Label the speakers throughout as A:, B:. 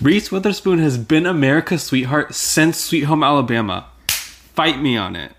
A: Reese Witherspoon has been America's sweetheart since Sweet Home Alabama. Fight me on it.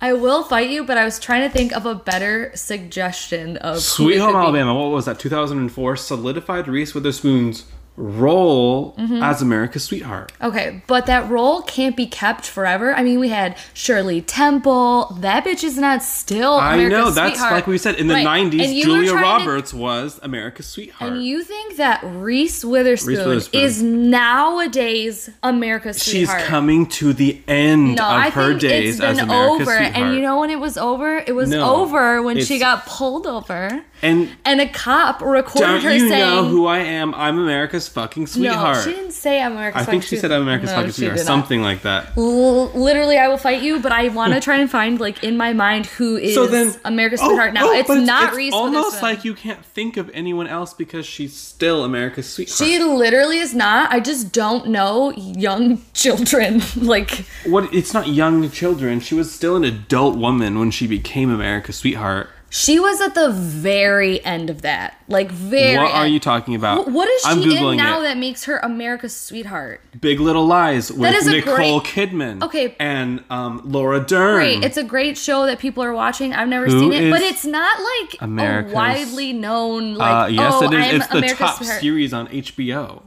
B: I will fight you, but I was trying to think of a better suggestion of who
A: Sweet
B: it
A: Home
B: could be.
A: Alabama, what was that? 2004 solidified Reese Witherspoon's role
B: Mm-hmm.
A: as America's sweetheart.
B: Okay, but that role can't be kept forever. I mean, we had Shirley Temple. That bitch is not still.
A: I
B: America's
A: know that's
B: sweetheart.
A: like we said in the
B: Right,
A: 90s
B: and you were
A: Julia
B: trying to-
A: Roberts was America's sweetheart.
B: and you think that Reese Witherspoon,
A: Reese Witherspoon.
B: is nowadays America's
A: She's
B: sweetheart?
A: coming to the end
B: No,
A: of
B: I
A: her
B: think
A: days
B: it's been
A: as America's
B: over.
A: sweetheart.
B: And you know when it was over? It was
A: No,
B: over when she
A: it's-
B: got pulled over,
A: and
B: and a cop recorded
A: don't
B: her
A: you
B: saying,
A: know who I am? I'm America's fucking
B: "No,
A: sweetheart.
B: she didn't say I'm America's."
A: I think
B: fucking
A: she said I'm America's
B: no,
A: fucking
B: she
A: sweetheart,
B: did not.
A: something like that.
B: L- literally I will fight you, but I want to try and find like in my mind who is America's
A: oh,
B: sweetheart now.
A: oh,
B: it's
A: but
B: not
A: it's
B: Reese
A: Almost
B: Witherspoon.
A: like you can't think of anyone else because she's still America's sweetheart.
B: she literally is not. I just don't know young children. like
A: what? It's not young children. She was still an adult woman when she became America's sweetheart.
B: she was at the very end of that. Like very.
A: what are
B: end.
A: you talking about?
B: Wh- What is she
A: I'm googling
B: in now
A: it.
B: that makes her America's sweetheart?
A: Big Little Lies with
B: is a
A: Nicole
B: great-
A: Kidman.
B: Okay.
A: And um, Laura Dern.
B: Great. It's a great show that people are watching. I've never
A: Who
B: seen it, but
A: is
B: it's not like
A: America's-
B: a widely known.
A: uh,
B: Like,
A: yes,
B: oh,
A: it is.
B: I'm
A: it's the
B: America's
A: top
B: sweetheart.
A: series on HBO.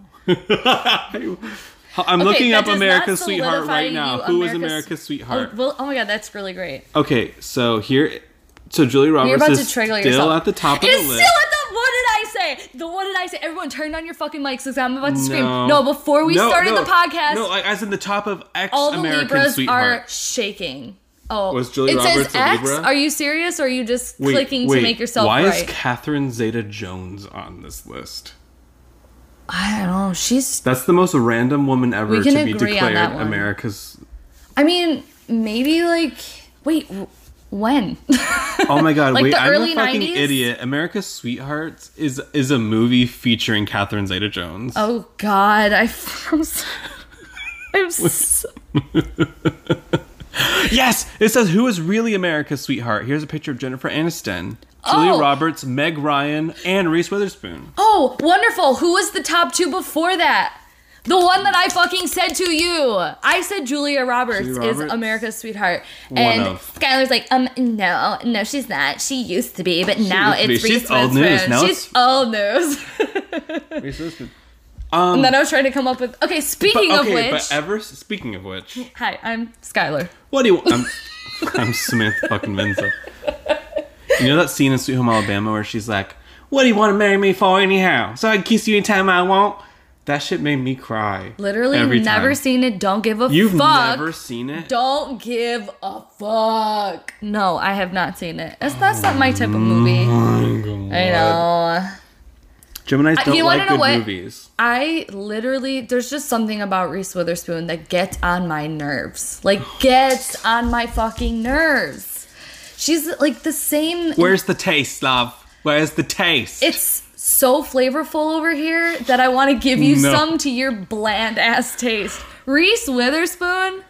A: I'm
B: Okay,
A: looking
B: that
A: up
B: does not
A: America's Sweetheart
B: solidify
A: right now.
B: you
A: Who is
B: America's-
A: America's
B: Oh,
A: Sweetheart?
B: well, oh my god, that's really great.
A: Okay, so here, so Julie Roberts
B: You're about
A: is
B: to trigger
A: still
B: yourself.
A: at the top of
B: it's
A: the list.
B: still at the. What did I say? The what did I say? Everyone, turn on your fucking mics because I'm about to scream.
A: No.
B: No, before we
A: No,
B: started
A: no.
B: the podcast,
A: No, like, as in the top of ex
B: all the
A: American
B: Libras
A: Sweetheart.
B: are shaking. Oh,
A: Was Julia
B: it
A: Roberts
B: says
A: a
B: X.
A: Libra?
B: Are you serious? or Are you just
A: Wait,
B: clicking
A: wait,
B: to make yourself
A: Why is
B: right?
A: Catherine Zeta Jones on this list?
B: I don't know. She's.
A: That's the most random woman ever
B: We
A: to
B: can
A: be
B: agree on
A: declared
B: that one.
A: America's.
B: I mean, maybe like wait, w- when?
A: Oh my god!
B: Like
A: wait,
B: the
A: I'm
B: early
A: a fucking
B: 90s?
A: idiot. America's Sweethearts is is a movie featuring Catherine Zeta Jones.
B: oh God, I. I'm so, I'm so,
A: Yes, it says who is really America's sweetheart. Here's a picture of Jennifer Aniston, Julia
B: Oh.
A: Roberts, Meg Ryan, and Reese Witherspoon.
B: Oh, wonderful. Who was the top two before that? The one that I fucking said to you. I said Julia Roberts,
A: Julia Roberts?
B: is America's sweetheart. And
A: of.
B: Skylar's like, um, no, no, she's not. She used to be, but now
A: used to
B: it's
A: be. She's
B: Reese
A: old
B: Witherspoon.
A: news. Now
B: she's old news.
A: Reese Witherspoon.
B: and then I was trying to come up with. Okay, speaking
A: Um, But, okay,
B: of which.
A: but ever speaking of which,
B: hi, I'm Skylar.
A: what do you? I'm, I'm Samantha fucking Menzel. You know that scene in Sweet Home Alabama where she's like, "What do you want to marry me for anyhow? So I can kiss you anytime I want." That shit made me cry.
B: Literally
A: every
B: never
A: time.
B: seen it. Don't give a
A: You've
B: fuck.
A: never seen it.
B: Don't give a fuck. No, I have not seen it. That's, that's not my type of movie. I know.
A: Gemini's don't
B: you wanna
A: like
B: know
A: good
B: what?
A: movies.
B: I literally, there's just something about Reese Witherspoon that gets on my nerves. Like, gets on my fucking nerves. She's like the same.
A: Where's the taste, love? Where's the taste?
B: It's so flavorful over here that I want to give you
A: No.
B: some to your bland ass taste. Reese Witherspoon.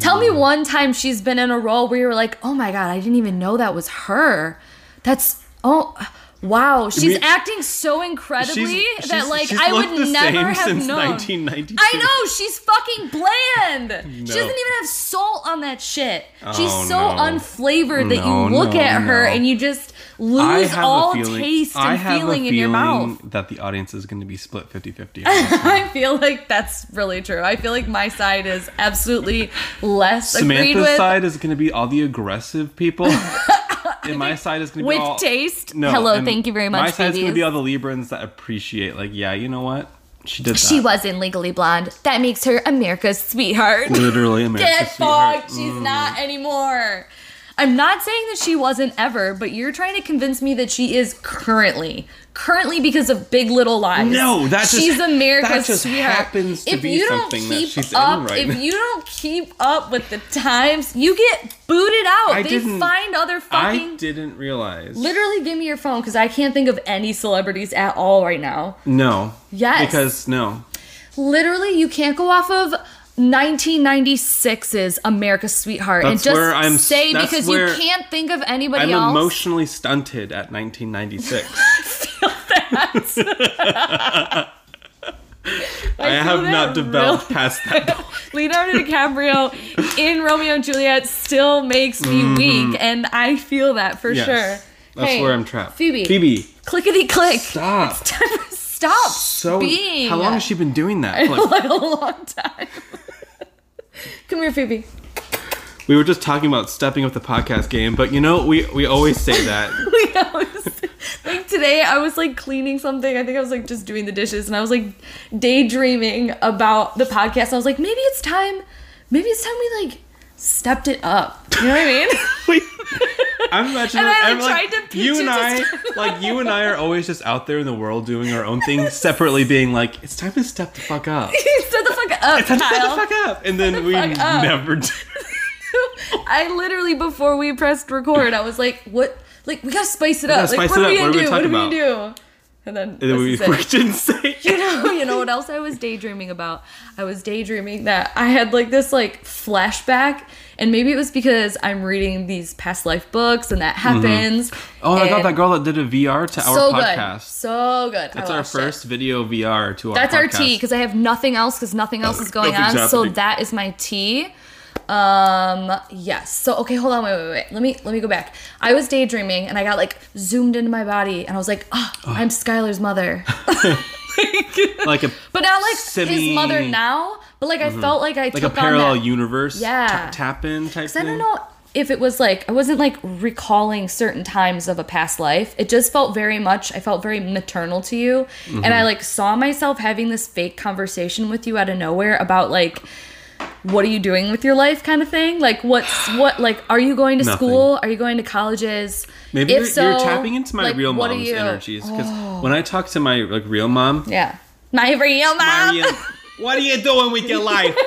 B: Tell me one time she's been in a role where you were like, oh my God, I didn't even know that was her. That's, oh, wow. She's
A: mean,
B: acting so incredibly
A: She's-
B: that,
A: she's-
B: like,
A: she's
B: I
A: looked
B: would
A: the
B: never
A: same
B: have
A: since
B: known.
A: 1992.
B: I know she's fucking bland. She doesn't
A: No.
B: even have salt on that shit. She's
A: Oh,
B: so
A: no.
B: unflavored that
A: No,
B: you look
A: no,
B: at her
A: no.
B: and you just
A: I
B: lose
A: have
B: all
A: a feeling,
B: taste and
A: I have
B: feeling,
A: a
B: in your mouth.
A: feeling that the audience is going to be split 50-50.
B: I feel like that's really true. I feel like my side is absolutely less agreed
A: Samantha's
B: with
A: side is going to be all the aggressive people. and my side is going to be
B: with
A: all...
B: taste.
A: No,
B: Hello,
A: and
B: thank you very
A: My
B: much,
A: side's going to be
B: babies.
A: all the Librans that appreciate, like, yeah, you know what? She did that.
B: She wasn't legally blonde. That makes her America's sweetheart.
A: Literally America's
B: Get
A: sweetheart.
B: fucked. She's not anymore. I'm not saying that she wasn't ever, but you're trying to convince me that she is currently. Currently because of Big Little Lies.
A: No, that just-
B: she's America's
A: that just
B: sweetheart.
A: happens to
B: if
A: be
B: you don't
A: something that
B: keep
A: she's in
B: up,
A: right
B: if
A: now.
B: you don't keep up with the times, you get booted out.
A: I
B: they
A: didn't-
B: find other fucking.
A: I didn't realize.
B: Literally, give me your phone because I can't think of any celebrities at all right now.
A: No.
B: Yes.
A: Because, no.
B: Literally, you can't go off of 1996's America's Sweetheart and
A: That's
B: just
A: where I'm-
B: say
A: that's
B: because
A: where
B: you can't think of anybody
A: I'm
B: else.
A: emotionally stunted at 1996. I, have
B: feel
A: not
B: that
A: developed
B: really-
A: past that. point.
B: Leonardo DiCaprio in Romeo and Juliet still makes me weak, and I feel that for
A: Mm-hmm. Yes.
B: sure.
A: That's
B: Hey,
A: where I'm trapped.
B: Phoebe.
A: Phoebe.
B: Clickety click.
A: Stop.
B: Stop
A: So
B: being.
A: how long has she been doing that? Like,
B: like a long time. Come here, Phoebe.
A: we were just talking about stepping up the podcast game, but you know we we always say that.
B: We always- like today, I was like cleaning something. I think I was like just doing the dishes, and I was like daydreaming about the podcast. I was like, maybe it's time. Maybe it's time we like stepped it up. You know what I mean?
A: We- I'm imagining
B: And I,
A: I'm
B: like,
A: like,
B: tried to pitch
A: you
B: it
A: and
B: to
A: I
B: step
A: like you and I are always just out there in the world doing our own thing separately, being like, it's time to step the fuck up.
B: Shut the fuck up,
A: Time to step the
B: Kyle.
A: fuck up, and then we
B: fuck up.
A: never do.
B: I literally before we pressed record, I was like, "What? Like we gotta spice it up.
A: gotta
B: Like
A: spice
B: what are
A: it
B: we
A: up. What
B: gonna
A: are we gonna
B: do? What are we
A: talk
B: gonna do?" And then,
A: And then we,
B: this is
A: we
B: it.
A: didn't say.
B: you know, you know what else I was daydreaming about? I was daydreaming that I had like this like flashback, and maybe it was because I'm reading these past life books, and that happens.
A: Oh my god,
B: and-
A: that girl that did a VR to our
B: so good,
A: podcast.
B: so good.
A: That's our first video VR to our.
B: That's our
A: podcast.
B: tea because I have nothing else because nothing else is going on.
A: Nothing's
B: So
A: happening.
B: that is my tea. Um. Yes. So okay. Hold on. Wait. Wait. Wait. Let me. Let me go back. I was daydreaming and I got like zoomed into my body and I was like, oh, I'm Skylar's mother.
A: like a
B: But not like
A: Semi- Mm-hmm.
B: his mother now. But like I felt like I
A: like a
B: took
A: parallel
B: on that.
A: universe.
B: Yeah.
A: ta- tap in type.
B: I
A: thing.
B: don't know if it was like I wasn't like recalling certain times of a past life. It just felt very much I felt very maternal to you and
A: Mm-hmm.
B: I like saw myself having this fake conversation with you out of nowhere about like what are you doing with your life kind of thing? Like what's what like are you going to
A: Nothing.
B: school? Are you going to colleges?
A: Maybe
B: If
A: you're,
B: so,
A: you're tapping into my
B: like,
A: real
B: what are
A: mom's
B: you- Oh.
A: energies because when I talk to my like real mom,
B: Yeah. My real mom.
A: Maria, what are you doing with your life?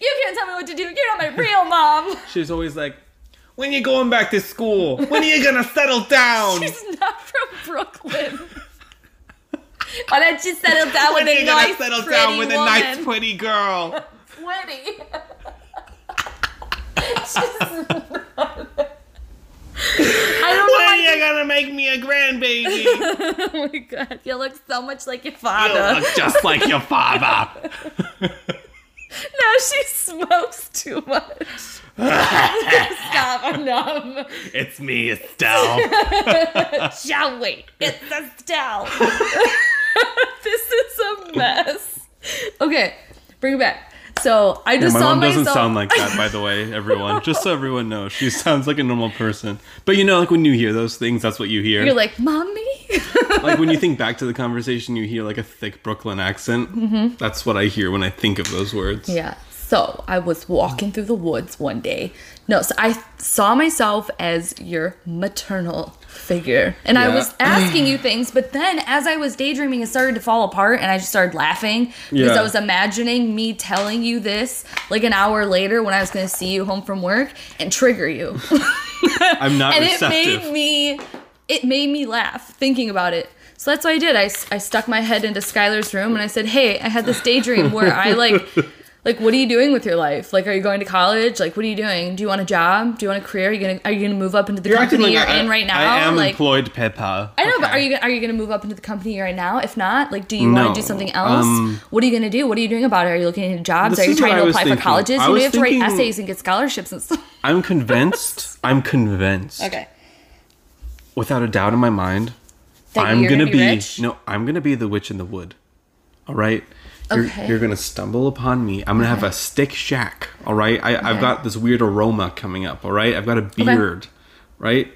B: You can't tell me what to do. You're not my real mom.
A: She's always like, when you going back to school? When are you gonna settle down?
B: She's not from Brooklyn. Why don't you settle down
A: when
B: with
A: are
B: a
A: you gonna
B: nice,
A: settle
B: pretty
A: down with a
B: woman?
A: nice, pretty girl?
B: Pretty. She's not-
A: When are
B: I
A: you gonna make me a grandbaby?
B: don't know. Oh my god, you look so much like your
A: You
B: father.
A: look just like your father.
B: No, she smokes too much. Stop, I'm numb.
A: It's me, Estelle.
B: Shall we? It's Estelle. this is a mess. Okay, bring it back. So I just
A: My
B: saw
A: mom doesn't
B: myself.
A: sound like that, by the way, everyone. Just so everyone knows, she sounds like a normal person. But you know, like when you hear those things, that's what you hear.
B: You're
A: Like,
B: like, mommy.
A: when you think back to the conversation, you hear like a thick Brooklyn accent. Mm-hmm. That's what I hear when I think of those words.
B: yeah. So I was walking through the woods one day. No, so I saw myself as your maternal figure, and I
A: Yeah.
B: was asking you things. But then, as I was daydreaming, it started to fall apart, and I just started laughing because
A: Yeah.
B: I was imagining me telling you this like an hour later when I was going to see you home from work and trigger you.
A: I'm not
B: and
A: receptive.
B: it made me it made me laugh thinking about it so that's what i did I, s- I stuck my head into skylar's room and i said hey i had this daydream where i like like what are you doing with your life like are you going to college like what are you doing do you want a job do you want a career are you gonna are you gonna move up into the company you're
A: I-
B: in right now
A: I am
B: like
A: employed, Peppa.
B: I know, but are you gonna- are you gonna move up into the company you're right now? If not, like, do you
A: No,
B: want to do something else?
A: um,
B: what are you gonna do? What are you doing about it? Are you looking into jobs?
A: This
B: Are you
A: is what
B: trying
A: I
B: to
A: was
B: apply for
A: thinking.
B: colleges?
A: I
B: You know,
A: was
B: you have to write
A: thinking-
B: essays and get scholarships and stuff.
A: I'm convinced. I'm convinced.
B: Okay,
A: Without a doubt in my mind,
B: That
A: I'm
B: you're
A: gonna,
B: gonna
A: be,
B: be rich?
A: no. I'm gonna be the witch in the wood. All right. You're,
B: Okay.
A: you're gonna stumble upon me. I'm gonna have a stick shack. All right. I, I've got this weird aroma coming up. All right. I've got a beard. Right.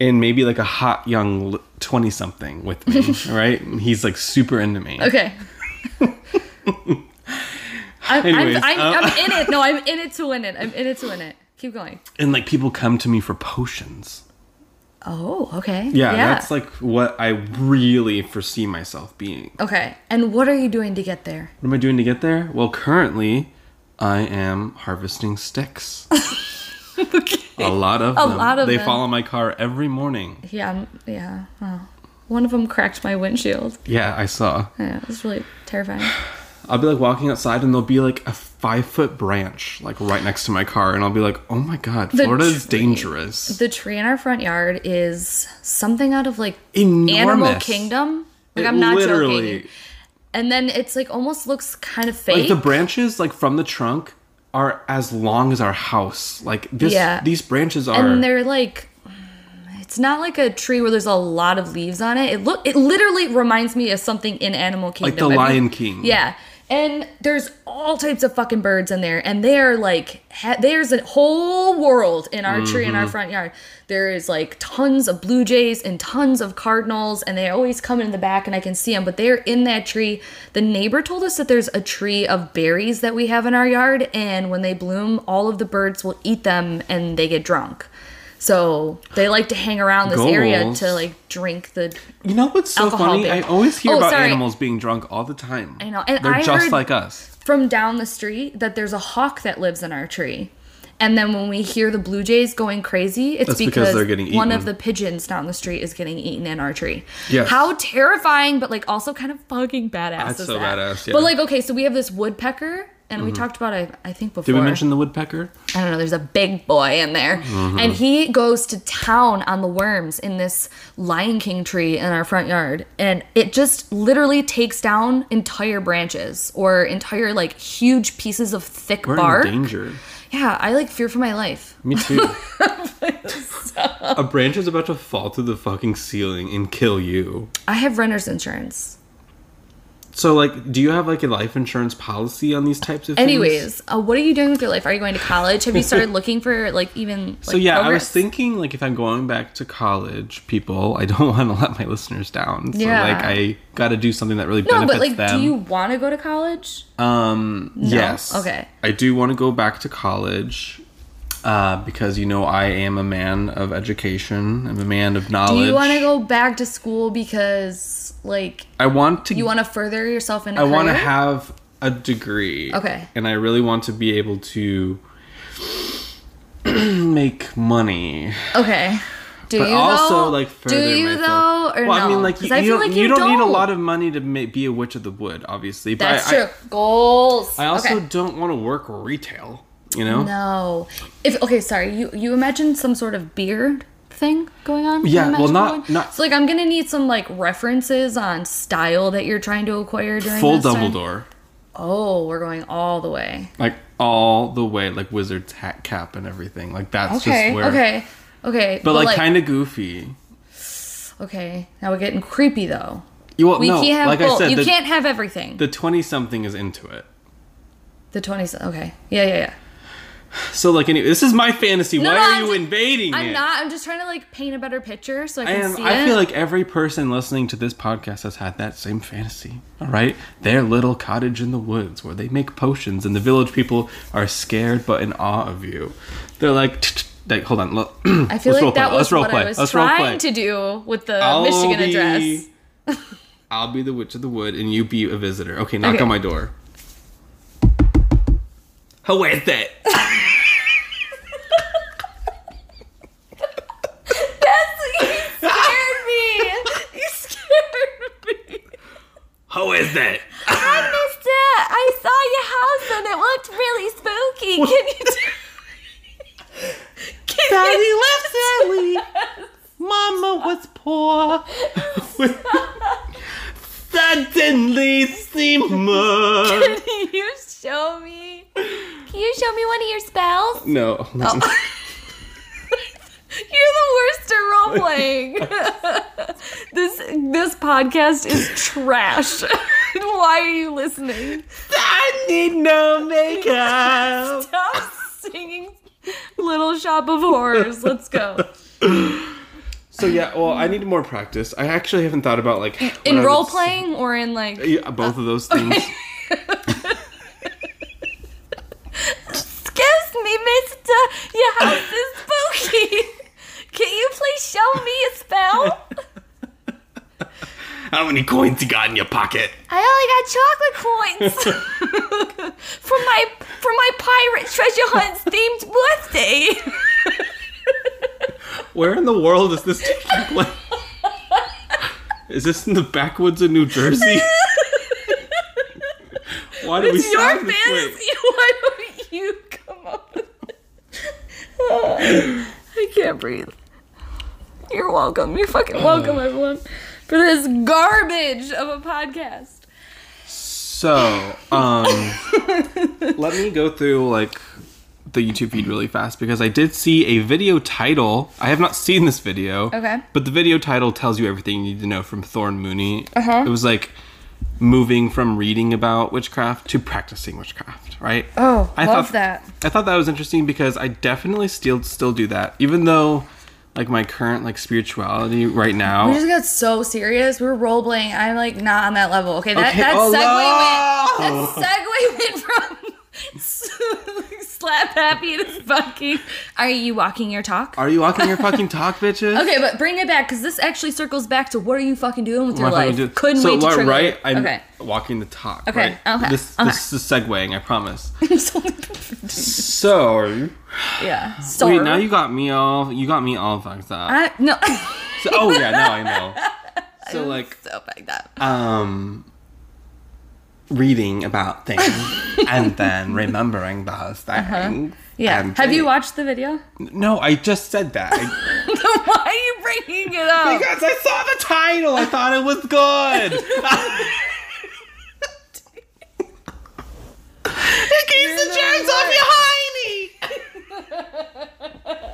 A: And maybe like a hot young twenty something with me. all right. And he's like super into me.
B: Okay. I'm,
A: Anyways, uh,
B: I'm, I'm, I'm in it. No, I'm in it to win it. I'm in it to win it. Keep going.
A: And like people come to me for potions.
B: Oh, okay.
A: Yeah, that's like what I really foresee myself being.
B: okay. And what are you doing to get there?
A: What am I doing to get there? Well, currently, I am harvesting sticks. A lot of
B: A
A: them.
B: lot of
A: they
B: them.
A: follow my car every morning.
B: Yeah, I'm- yeah. Oh. One of them cracked my windshield.
A: Yeah, I saw.
B: Yeah, it was really terrifying.
A: I'll be like walking outside, and there'll be like a five foot branch, like right next to my car, and I'll be like, "Oh my god, Florida is
B: tree.
A: dangerous."
B: The tree in our front yard is something out of like
A: Enormous.
B: Animal Kingdom. Like
A: It
B: I'm not
A: literally-
B: joking. and then it's like almost looks kind of
A: Like
B: fake.
A: the branches, like from the trunk, are as long as our house. Like this,
B: Yeah.
A: these branches are.
B: and they're like it's not like a tree where there's a lot of leaves on it. It look it literally reminds me of something in Animal Kingdom.
A: the
B: I mean-
A: Lion King.
B: Yeah. And there's all types of fucking birds in there and they are like ha- there's a whole world in our tree in our front yard. There is like tons of blue jays and tons of cardinals and they always come in the back and I can see them but they're in that tree. The neighbor told us that there's a tree of berries that we have in our yard and when they bloom all of the birds will eat them and they get drunk. So they like to hang around this area
A: Goals.
B: to like drink the.
A: you know what's so
B: Alcohol
A: funny?
B: beer.
A: I always hear
B: Oh,
A: about
B: sorry.
A: animals being drunk all the time.
B: I know, and
A: they're
B: I
A: just
B: heard-
A: like us.
B: From down the street, that there's a hawk that lives in our tree, and then when we hear the blue jays going crazy, it's
A: That's because
B: because,
A: they're getting
B: one
A: eaten.
B: of the pigeons down the street is getting eaten in our tree.
A: Yes.
B: How terrifying, but like also kind of fucking badass.
A: That's
B: is
A: so badass,
B: that?
A: yeah. Mm-hmm.
B: But like, okay, so we have this woodpecker. And we talked about it, I think, before.
A: Did we mention the woodpecker?
B: I don't know, there's a big boy in there.
A: Mm-hmm.
B: And he goes to town on the worms in this Lion King tree in our front yard. And it just literally takes down entire branches or entire, like, huge pieces of thick
A: We're
B: bark.
A: in danger.
B: Yeah, I, like, fear for my life.
A: Me too. a branch is about to fall through the fucking ceiling and kill you.
B: I have renter's insurance.
A: So, like, do you have like a life insurance policy on these types of things?
B: Anyways, uh, what are you doing with your life? Are you going to college? Have you started looking for, like, even. Like,
A: So yeah, I was
B: programs?
A: thinking like if I'm going back to college, people, I don't want to let my listeners down. So
B: Yeah.
A: like I got to do something that really
B: No,
A: benefits
B: but, like,
A: them.
B: do you want to go to college?
A: Um, yes.
B: Okay.
A: I do want to go back to college uh, because, you know, I am a man of education. I'm a man of knowledge.
B: Do you want to go back to school because, like,
A: I want to.
B: You want to further yourself in. I
A: I want to have a degree.
B: Okay.
A: And I really want to be able to make money.
B: Okay. Do
A: But
B: you
A: also,
B: though?
A: like,
B: do
A: further
B: you
A: myself.
B: though, or
A: well,
B: no?
A: I mean, like, you,
B: 'Cause I
A: you
B: feel
A: don't,
B: like
A: you don't need a lot of money to ma- be a witch of the wood, obviously. But
B: That's
A: I,
B: true. Goals.
A: I, I also
B: Okay.
A: don't want to work retail. You know?
B: no. If okay, sorry. You you imagine some sort of beard thing going on? in
A: Yeah,
B: the
A: well,
B: magic
A: not-
B: wand?
A: not-
B: So like, I'm gonna need some like references on style that you're trying to acquire during
A: Full
B: this time.
A: Dumbledore.
B: Oh, we're going all the way.
A: like all the way like wizard's hat cap and everything like that's
B: Okay.
A: just where
B: Okay. Okay.
A: but like, kind of goofy
B: of. Okay. Now we're getting creepy though.
A: you well,
B: We
A: no
B: can't have
A: like
B: both.
A: i said
B: you
A: the,
B: can't have everything.
A: the 20 something is into it
B: The twenties. Okay. Yeah, yeah, yeah.
A: so like anyway this is my fantasy why
B: no,
A: are
B: I'm
A: you
B: just-
A: invading
B: I'm
A: it
B: not. I'm just trying to like paint a better picture so I
A: I
B: can
A: am,
B: see
A: I
B: it.
A: feel like every person listening to this podcast has had that same fantasy. All right, their little cottage in the woods where they make potions, and the village people are scared but in awe of you. They're like, "Tch, tch," like, hold on, look.
B: I feel
A: let's
B: like that
A: roleplay,
B: was
A: let's
B: what I
A: roleplay,
B: was
A: let's
B: trying
A: roleplay.
B: to do with the Michigan address.
A: I'll be the witch of the wood, and you be a visitor. Okay, knock
B: Okay.
A: on my door. Who is that?
B: That's you scared me. You scared me.
A: Who is that?
B: I missed it. I saw your house and it looked really spooky. Can you? do- Can you-
A: Daddy left early. Mama was poor. Suddenly, Seymour.
B: Can you show me? Can you show me one of your spells?
A: No, hold on.
B: You're the worst at role playing. this this podcast is trash. Why are you listening?
A: I need no makeup.
B: Stop singing Little Shop of Horrors. Let's go.
A: So yeah, well, I need more practice. I actually haven't thought about like what I
B: In
A: would
B: role
A: say.
B: playing Uh, or in like
A: Yeah, both of those things.
B: Excuse me, mister, your house is spooky. Can you please show me a spell?
A: How many coins you got in your pocket?
B: I only got chocolate coins for my for my pirate treasure hunt themed birthday.
A: Where in the world is this taking place? is this in the backwoods of New Jersey? Why do we
B: It's your
A: sound this way?
B: fantasy. Why don't you come up with it? Oh, I can't breathe. You're welcome. You're fucking welcome, everyone, for this garbage of a podcast.
A: So, um, let me go through like the YouTube feed really fast because I did see a video title. I have not seen this video.
B: Okay.
A: But the video title tells you everything you need to know from Thorne Mooney. Uh-huh. It was like moving from reading about witchcraft to practicing witchcraft, right?
B: Oh, love
A: thought,
B: that.
A: I thought that was interesting because I definitely still still do that, even though like my current like spirituality right now.
B: We just got so serious. We were role playing. I'm like not on that level. Okay, that,
A: Okay,
B: that
A: oh,
B: segue
A: no!
B: went. That segue went from slap happy to fucking. Are you walking your talk?
A: Are you walking your fucking talk, bitches?
B: Okay, but bring it back because this actually circles back to what are you fucking doing with your
A: What am I
B: life?
A: gonna do?
B: Couldn't
A: so,
B: wait to
A: what-
B: trigger.
A: right?
B: it.
A: I'm
B: okay.
A: walking the talk.
B: Okay,
A: Right?
B: okay,
A: This,
B: okay.
A: this is segueing, I promise.
B: It's only-
A: So,
B: yeah. Sorry.
A: wait, now you got me all you got me all fucked up.
B: I, no.
A: So, oh yeah, now I know. So like
B: so back up.
A: um reading about things and then remembering those things.
B: Uh-huh. Yeah.
A: and
B: Have you
A: doing-
B: watched the video?
A: No, I just said that. I-
B: Why are you bringing it up?
A: because I saw the title. I thought it was good. it keeps the germs off your hiney.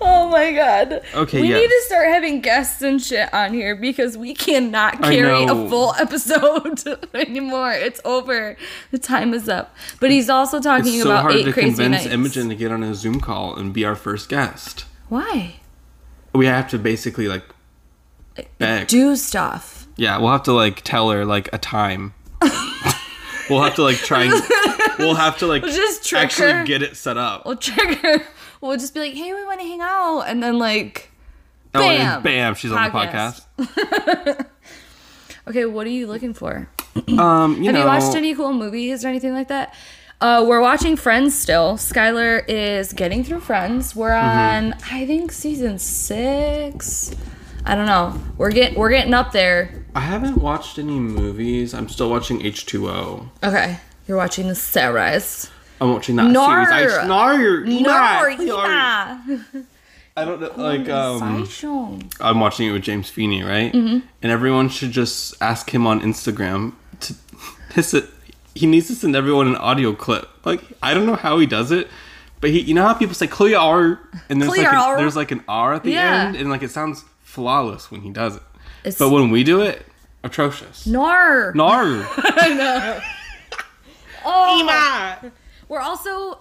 B: Oh my god.
A: Okay,
B: We
A: yeah.
B: need to start having guests and shit on here because we cannot
A: I
B: carry a
A: know.
B: full episode anymore. It's over. The time is up. But he's also talking
A: It's so
B: about
A: hard
B: eight
A: to
B: crazy
A: convince
B: nights.
A: Imogen to get on a Zoom call and be our first guest.
B: Why?
A: We have to basically like beg.
B: Do stuff.
A: yeah, we'll have to like tell her like a time. we'll have to like try and we'll have to like
B: just trick
A: actually
B: her.
A: get it set up.
B: We'll trigger. We'll just be like, hey, we want to hang out. And then, like,
A: Oh,
B: bam.
A: and bam, she's on the
B: Podcast.
A: podcast.
B: okay, what are you looking for?
A: Um, you
B: Have
A: know,
B: you watched any cool movies or anything like that? Uh, we're watching Friends still. Skylar is getting through Friends. We're
A: Mm-hmm.
B: on, I think, season six. I don't know. We're getting we're getting up there.
A: I haven't watched any movies. I'm still watching H2O.
B: Okay, you're watching the sunrise.
A: I'm watching that
B: Nar.
A: series. I, Nar,
B: No,
A: yeah, Nar. I don't know, like um, I'm watching it with James Feeney, right? Mm-hmm. And everyone should just ask him on Instagram to hiss it. He needs to send everyone an audio clip. Like I don't know how he does it, but he, you know how people say "clear R" and there's like
B: Clear.
A: an, there's like an R at the
B: Yeah.
A: end, and like it sounds flawless when he does it.
B: It's-
A: but when we do it, atrocious.
B: Nar.
A: Nar,
B: Oh,
A: not
B: we're also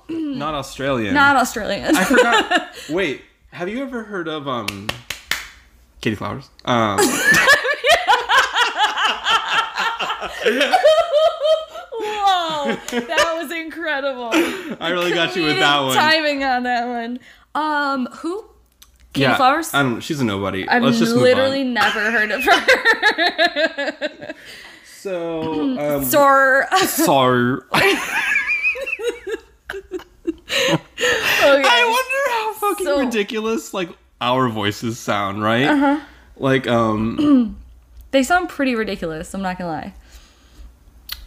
A: Australian.
B: not Australian.
A: I forgot. Wait, have you ever heard of um, Katie Flowers? Um,
B: Whoa, that was incredible.
A: I really got you with
B: Comedic
A: that one.
B: Timing on that one. Um, who? Katie
A: yeah,
B: Flowers?
A: I don't. She's a nobody.
B: I've
A: Let's just
B: literally
A: move on.
B: never heard of her.
A: So, um,
B: Sor.
A: sorry.
B: Okay.
A: I wonder how fucking
B: So-
A: ridiculous like our voices sound, right? Uh-huh. Like, um,
B: They sound pretty ridiculous. I'm not gonna lie.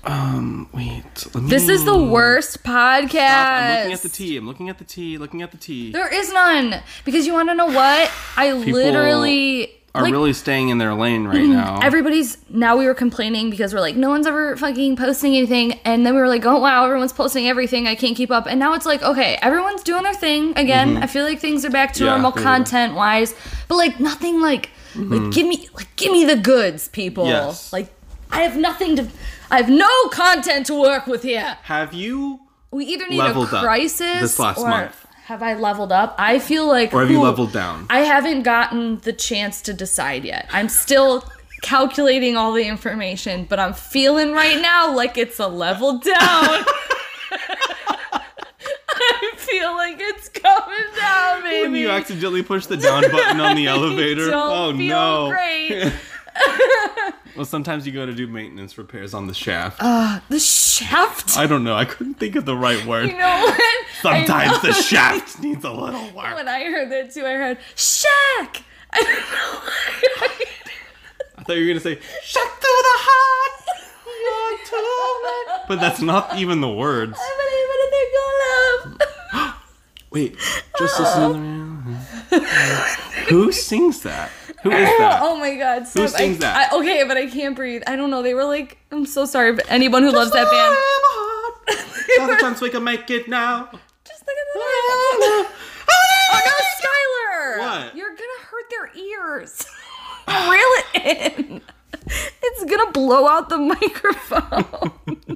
A: um, wait. Let me,
B: This is the worst
A: Hmm. I'm
B: podcast.
A: looking at the T. I'm looking at the T. Looking at the T.
B: There is none because you want to know what I literally
A: Are
B: like.
A: really staying in their lane right now.
B: Everybody's now we were complaining because we're like, no one's ever fucking posting anything. And then we were like, oh wow, everyone's posting everything. I can't keep up. And now it's like, okay, everyone's doing their thing again. I feel like things are back to
A: Mm-hmm. Yeah,
B: normal
A: they are.
B: content wise, but like nothing like, like give me, like give me the goods, people.
A: Mm-hmm. Yes.
B: Like I have nothing to, I have no content to work with here.
A: Have you
B: We either need
A: Leveled
B: a
A: up
B: crisis
A: this last
B: or
A: month.
B: have I leveled up? I feel like
A: or have you
B: ooh,
A: leveled down?
B: I haven't gotten the chance to decide yet. I'm still calculating all the information, but I'm feeling right now like it's a level down. I feel like it's coming down, baby.
A: When you accidentally push the down button on the elevator.
B: Don't
A: oh
B: feel
A: no.
B: Great.
A: Well, sometimes you go to do maintenance repairs on the shaft.
B: Uh, The shaft.
A: I don't know. I couldn't think of the right word.
B: you know what? I
A: Sometimes
B: know.
A: the shaft needs a little work.
B: When I heard that too, I heard Shaq. I don't know.
A: I thought you were gonna say "shut through the heart." you're too late." But that's not even the words.
B: I'm not even in their
A: Wait, just listen. Who sings that? Who is that?
B: Oh my god, stop.
A: sings
B: I,
A: that?
B: I- okay, but I can't breathe. I don't know. They were like, I'm so sorry, but anyone who loves that band.
A: All the chance we can make it now.
B: Just look at that. Oh no, Skylar!
A: What?
B: You're gonna hurt their ears. Reel it in. It's gonna blow out the microphone.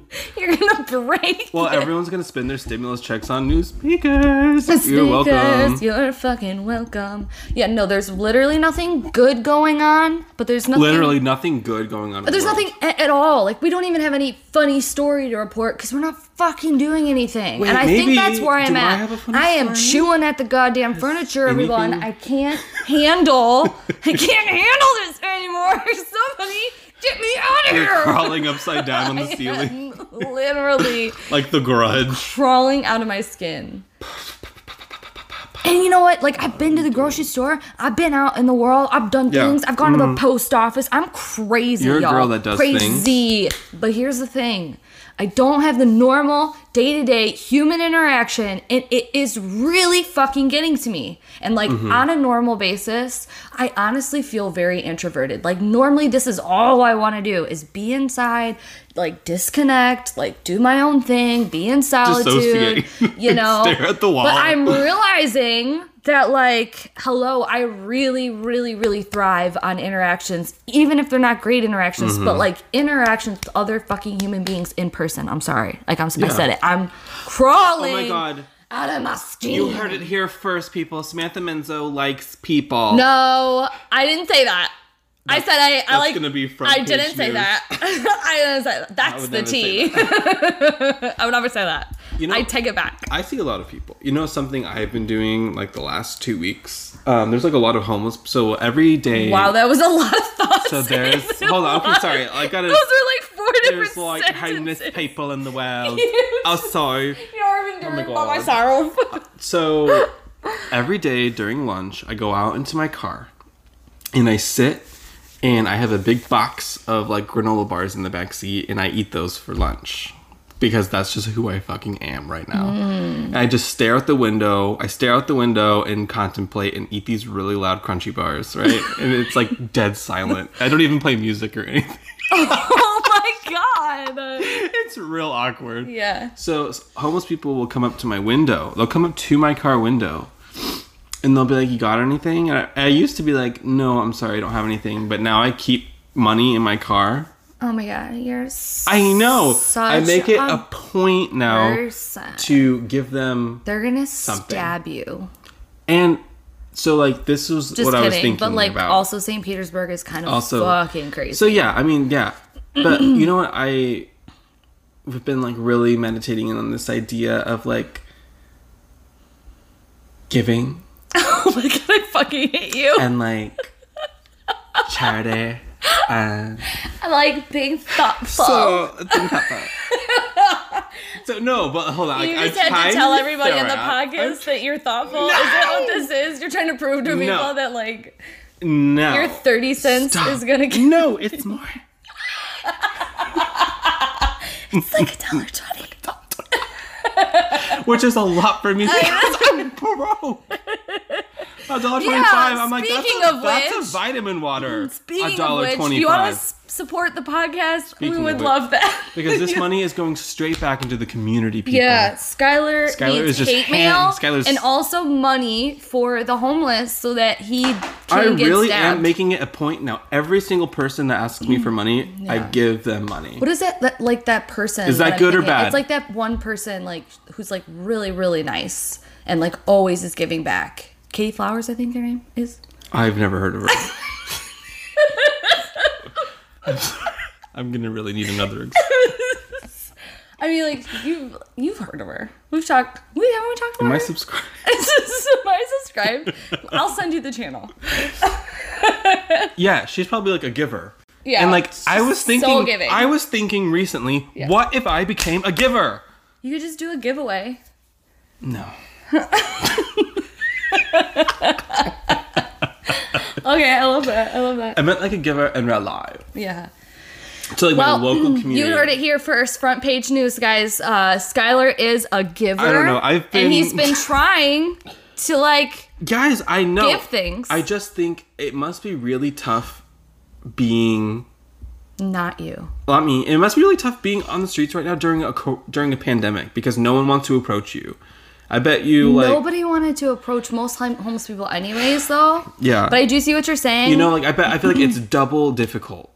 B: You're gonna break.
A: Well, everyone's gonna spend their stimulus checks on new speakers. You're welcome.
B: Speakers, You're fucking welcome. Yeah, no, there's literally nothing good going on, but there's nothing.
A: Literally nothing good going on. in
B: But there's
A: the world.
B: nothing a- at all. Like we don't even have any funny story to report because we're not fucking doing anything. and I
A: maybe-
B: think that's where I'm
A: do I
B: at.
A: have a funny
B: I am
A: story?
B: chewing at the goddamn furniture, everyone.
A: anything-
B: I can't handle. I can't handle this anymore. Somebody get me out of
A: You're
B: here.
A: crawling upside down on the
B: I
A: ceiling
B: am literally
A: like the Grudge.
B: crawling out of my skin. And you know what? Like I've been to the grocery store. I've been out in the world. I've done
A: Yeah. Mm.
B: things. I've gone to the post office. I'm crazy.
A: You're a
B: y'all.
A: girl that does
B: crazy.
A: things.
B: But here's the thing. I don't have the normal day to day human interaction, and it is really fucking getting to me. And, like,
A: Mm-hmm.
B: on a normal basis, I honestly feel very introverted. Like, normally, this is all I want to do is be inside, like, disconnect, like, do my own thing, be in solitude,
A: Dissociate.
B: you know.
A: Stare at the wall.
B: But I'm realizing that, like, hello, I really, really, really thrive on interactions, even if they're not great interactions,
A: Mm-hmm.
B: but like interactions with other fucking human beings in person. I'm sorry. Like, I'm, I
A: Yeah.
B: said it. I'm crawling
A: Oh my god.
B: out of my skin.
A: You heard it here first, people. Samantha Menzo likes people.
B: No, I didn't say that. I said I, I
A: that's
B: like.
A: gonna be front
B: I
A: page
B: didn't say
A: news.
B: that. I didn't say that. That's
A: would
B: the
A: never say
B: tea. I would never say that.
A: You know-
B: I take it back.
A: I see a lot of people. You know something I've been doing like the last two weeks? Um, there's like a lot of homeless. So every day.
B: Wow, that was a lot of thoughts.
A: So there's-
B: Even
A: hold on, okay,
B: one.
A: sorry, I gotta-
B: Those are like four different
A: There's like homeless
B: sentences.
A: people in the world.
B: Yes.
A: Also,
B: You know, I've been doing by
A: God.
B: myself.
A: So every day during lunch, I go out into my car and I sit and I have a big box of like granola bars in the back seat and I eat those for lunch because that's just who I fucking am right now. And I just stare out the window. I stare out the window and contemplate and eat these really loud crunchy bars, right? and it's like dead silent. I don't even play music or anything.
B: oh my god.
A: It's real awkward.
B: Yeah.
A: So s- homeless people will come up to my window. They'll come up to my car window, and they'll be like, "You got anything?" And I, I used to be like, "No, I'm sorry, I don't have anything." But now I keep money in my car.
B: Oh my god, you're. s-
A: I know. I
B: Such
A: make it
B: a
A: a point now
B: person.
A: to give them.
B: They're gonna stab you.
A: And so, like, this was
B: Just
A: what
B: kidding.
A: I was thinking
B: but like,
A: about.
B: also St. Petersburg is kind of
A: Also-
B: fucking crazy.
A: So yeah, I mean yeah, but you know what I have been like really meditating on this idea of like giving
B: oh my god, I fucking hate you.
A: and like charity and
B: I like being thoughtful.
A: so so no, but hold on.
B: you
A: like,
B: just
A: I
B: had
A: timed
B: to tell everybody on the
A: Sarah.
B: podcast that you're thoughtful. Is that what this is? You're trying to prove to people that like
A: No,
B: your thirty cents
A: Stop.
B: is gonna get
A: no, it's more.
B: it's like a dollar twenty.
A: which is a lot for me because I'm broke. A dollar
B: Yeah,
A: twenty-five. I'm like, that's,
B: speaking
A: a,
B: of
A: that's
B: which- mm,
A: a vitamin water.
B: Speaking of
A: $1.25.
B: which, if you want to support the podcast, we
A: Speaking
B: would
A: of which-
B: love that.
A: because this money is going straight back into the community. People.
B: Yeah, Skylar,
A: Skylar
B: needs
A: is just
B: hate
A: hand-
B: mail
A: Skylar's-
B: and also money for the homeless so that he can
A: I
B: get
A: really
B: stabbed.
A: am making it a point now. Every single person that asks
B: Mm-hmm.
A: me for money, I give them money.
B: what is that, that like that person?
A: Is that
B: I'm
A: good or
B: thinking-
A: bad?
B: It's like that one person like who's like really really nice and like always is giving back. Katie Flowers, I think her name is.
A: I've never heard of her. I'm sorry. I'm gonna really need another. Ex-
B: I mean, like you've you've heard of her. We've talked. We haven't we talked about
A: Am I
B: her?
A: subscribed?
B: Am I subscribed? I'll send you the channel.
A: Yeah, she's probably like a giver.
B: Yeah,
A: And like I was
B: so
A: thinking,
B: giving.
A: I was thinking recently, what if I became a giver?
B: You could just do a giveaway.
A: No.
B: Okay, I love that. I love that.
A: I meant like a giver in real life.
B: Yeah.
A: So like
B: Well,
A: my local community.
B: You heard it here first, front page news, guys. Uh, Skylar is a giver.
A: I don't know. I've been-
B: and he's been trying to like
A: Guys, I know.
B: Give things.
A: I just think it must be really tough being.
B: not you.
A: Well, I mean, it must be really tough being on the streets right now during a co- during a pandemic because no one wants to approach you. I bet you, like,
B: Nobody wanted to approach most hom- homeless people, anyways, though.
A: Yeah.
B: But Mhm. I do see what you're saying.
A: you know, like, I bet I feel like it's double difficult,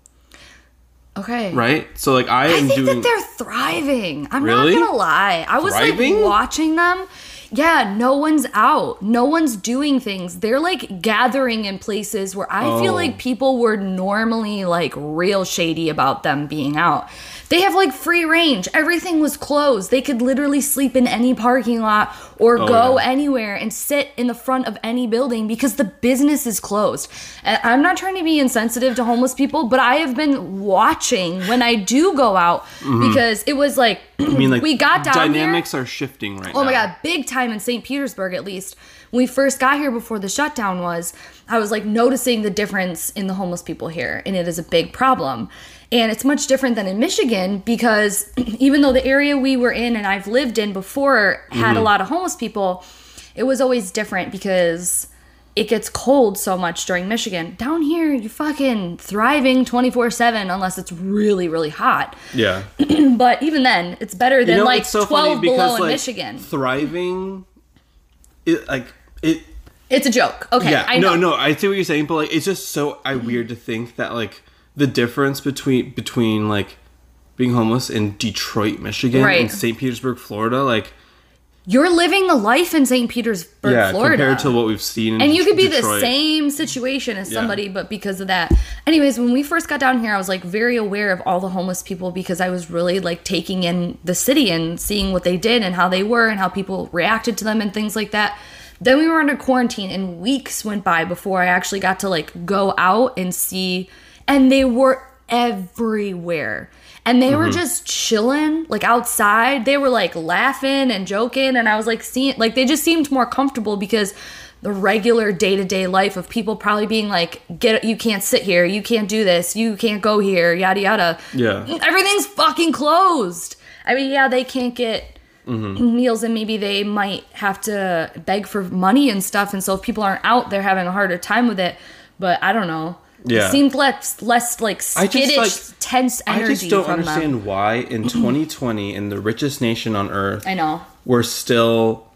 B: okay.
A: right? So, like, I
B: I
A: am
B: think
A: doing.
B: that they're thriving. I'm
A: Really?
B: not gonna lie. I was
A: Thriving?
B: like watching them. Yeah, no one's out. No one's doing things. They're like gathering in places where I feel
A: Oh.
B: like people were normally like real shady about them being out. They have like free range. Everything was closed. They could literally sleep in any parking lot or go
A: Oh, yeah.
B: anywhere and sit in the front of any building because the business is closed. And I'm not trying to be insensitive to homeless people, but I have been watching when I do go out because it was like
A: I mean, like,
B: we got down
A: dynamics are shifting right now.
B: here. Oh my god, big time in St. Petersburg at least. When we first got here before the shutdown was, I was like noticing the difference in the homeless people here, and it is a big problem. And it's much different than in Michigan because even though the area we were in and I've lived in before had
A: Mm-hmm.
B: a lot of homeless people, it was always different because it gets cold so much during Michigan. Down here, you're fucking thriving 24 7 unless it's really, really hot.
A: Yeah.
B: But even then, it's better than
A: You know,
B: like
A: it's so funny
B: 12 below
A: because,
B: in
A: like,
B: Michigan.
A: Thriving, it like it.
B: It's a joke. Okay,
A: Yeah,
B: I know. Mm-hmm.
A: no, no, I see what you're saying, but like, it's just so I weird to think that like the difference between between like being homeless in Detroit, Michigan,
B: Right.
A: and St. Petersburg, Florida, like
B: You're living the life in St. Petersburg,
A: yeah,
B: Florida.
A: compared to what we've seen. In
B: and you could be the
A: Detroit.
B: same situation as
A: Yeah.
B: somebody, but because of that. Anyways, when we first got down here, I was like very aware of all the homeless people because I was really like taking in the city and seeing what they did and how they were and how people reacted to them and things like that. Then we were under quarantine and weeks went by before I actually got to like go out and see, and they were everywhere. And they were just chilling, like outside. They were like laughing and joking. And I was like, seeing, like, they just seemed more comfortable because the regular day to day life of people probably being like, get, you can't sit here. You can't do this. You can't go here. Yada, yada.
A: Yeah.
B: Everything's fucking closed. I mean, yeah, they can't get
A: Mm-hmm.
B: meals and maybe they might have to beg for money and stuff. And so if people aren't out, they're having a harder time with it. But I don't know.
A: Yeah.
B: It seemed less, less like
A: I just,
B: skittish,
A: like-
B: tense
A: I
B: energy
A: just don't
B: from
A: understand
B: them. Mm-hmm.
A: why in 2020, in the richest nation on earth,
B: I know.
A: we're still.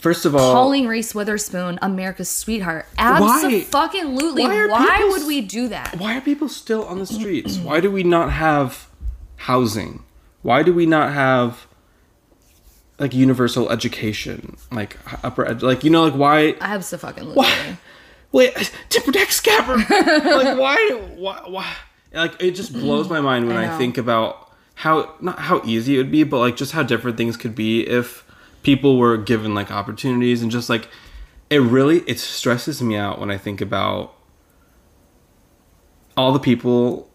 A: First of all,
B: Calling Reese Witherspoon America's sweetheart.
A: Why?
B: Absolutely.
A: Why
B: Why,
A: are people
B: would
A: s-
B: we do that?
A: why are people still on the streets? why do we not have housing? Why do we not have like universal education, like h- upper ed- like you know like why
B: Absolutely.
A: why wait to protect scabber like why why why like it just blows my mind when
B: I
A: I,
B: know.
A: think about how not how easy it would be but like just how different things could be if people were given like opportunities and just like it really it stresses me out when I think about all the people